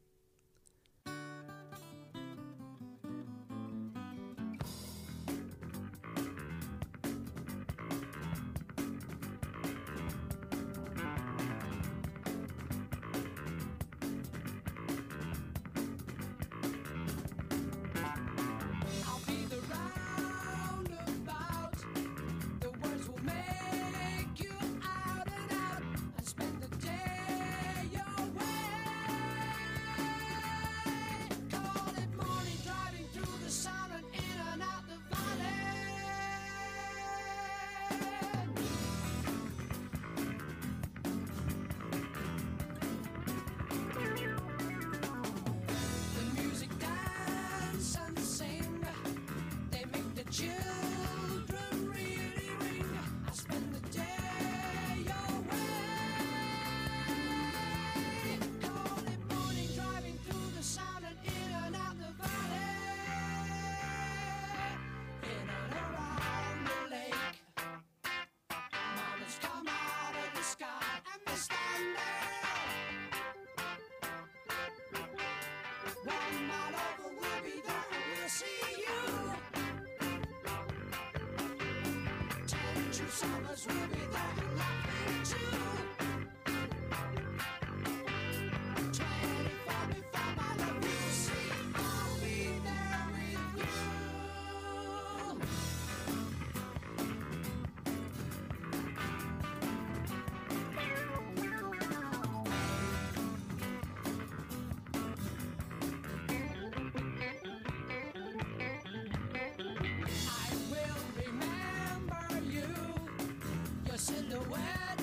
Speaker 4: two summers will be there and laughing too. Twenty-four before my love you see, I'll be there with you. I will remember you. Your silhouette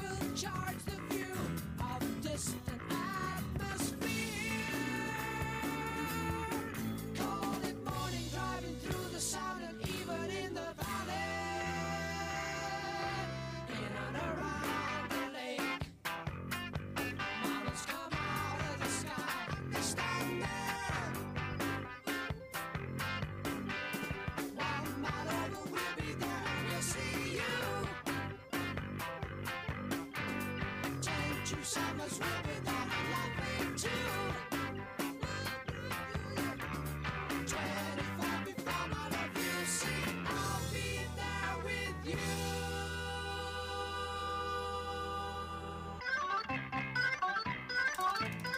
Speaker 4: will charge the view of distant atmosphere. Cold at morning, driving through the sound, and even in the valley. In and around the lake, mountains come out of the sky. They stand there. One mile over, we'll be there and we'll see you. Ten two summers, we'll be there and laughing too. Twenty-four before my love, you see, I'll be there with you.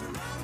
Speaker 4: Surround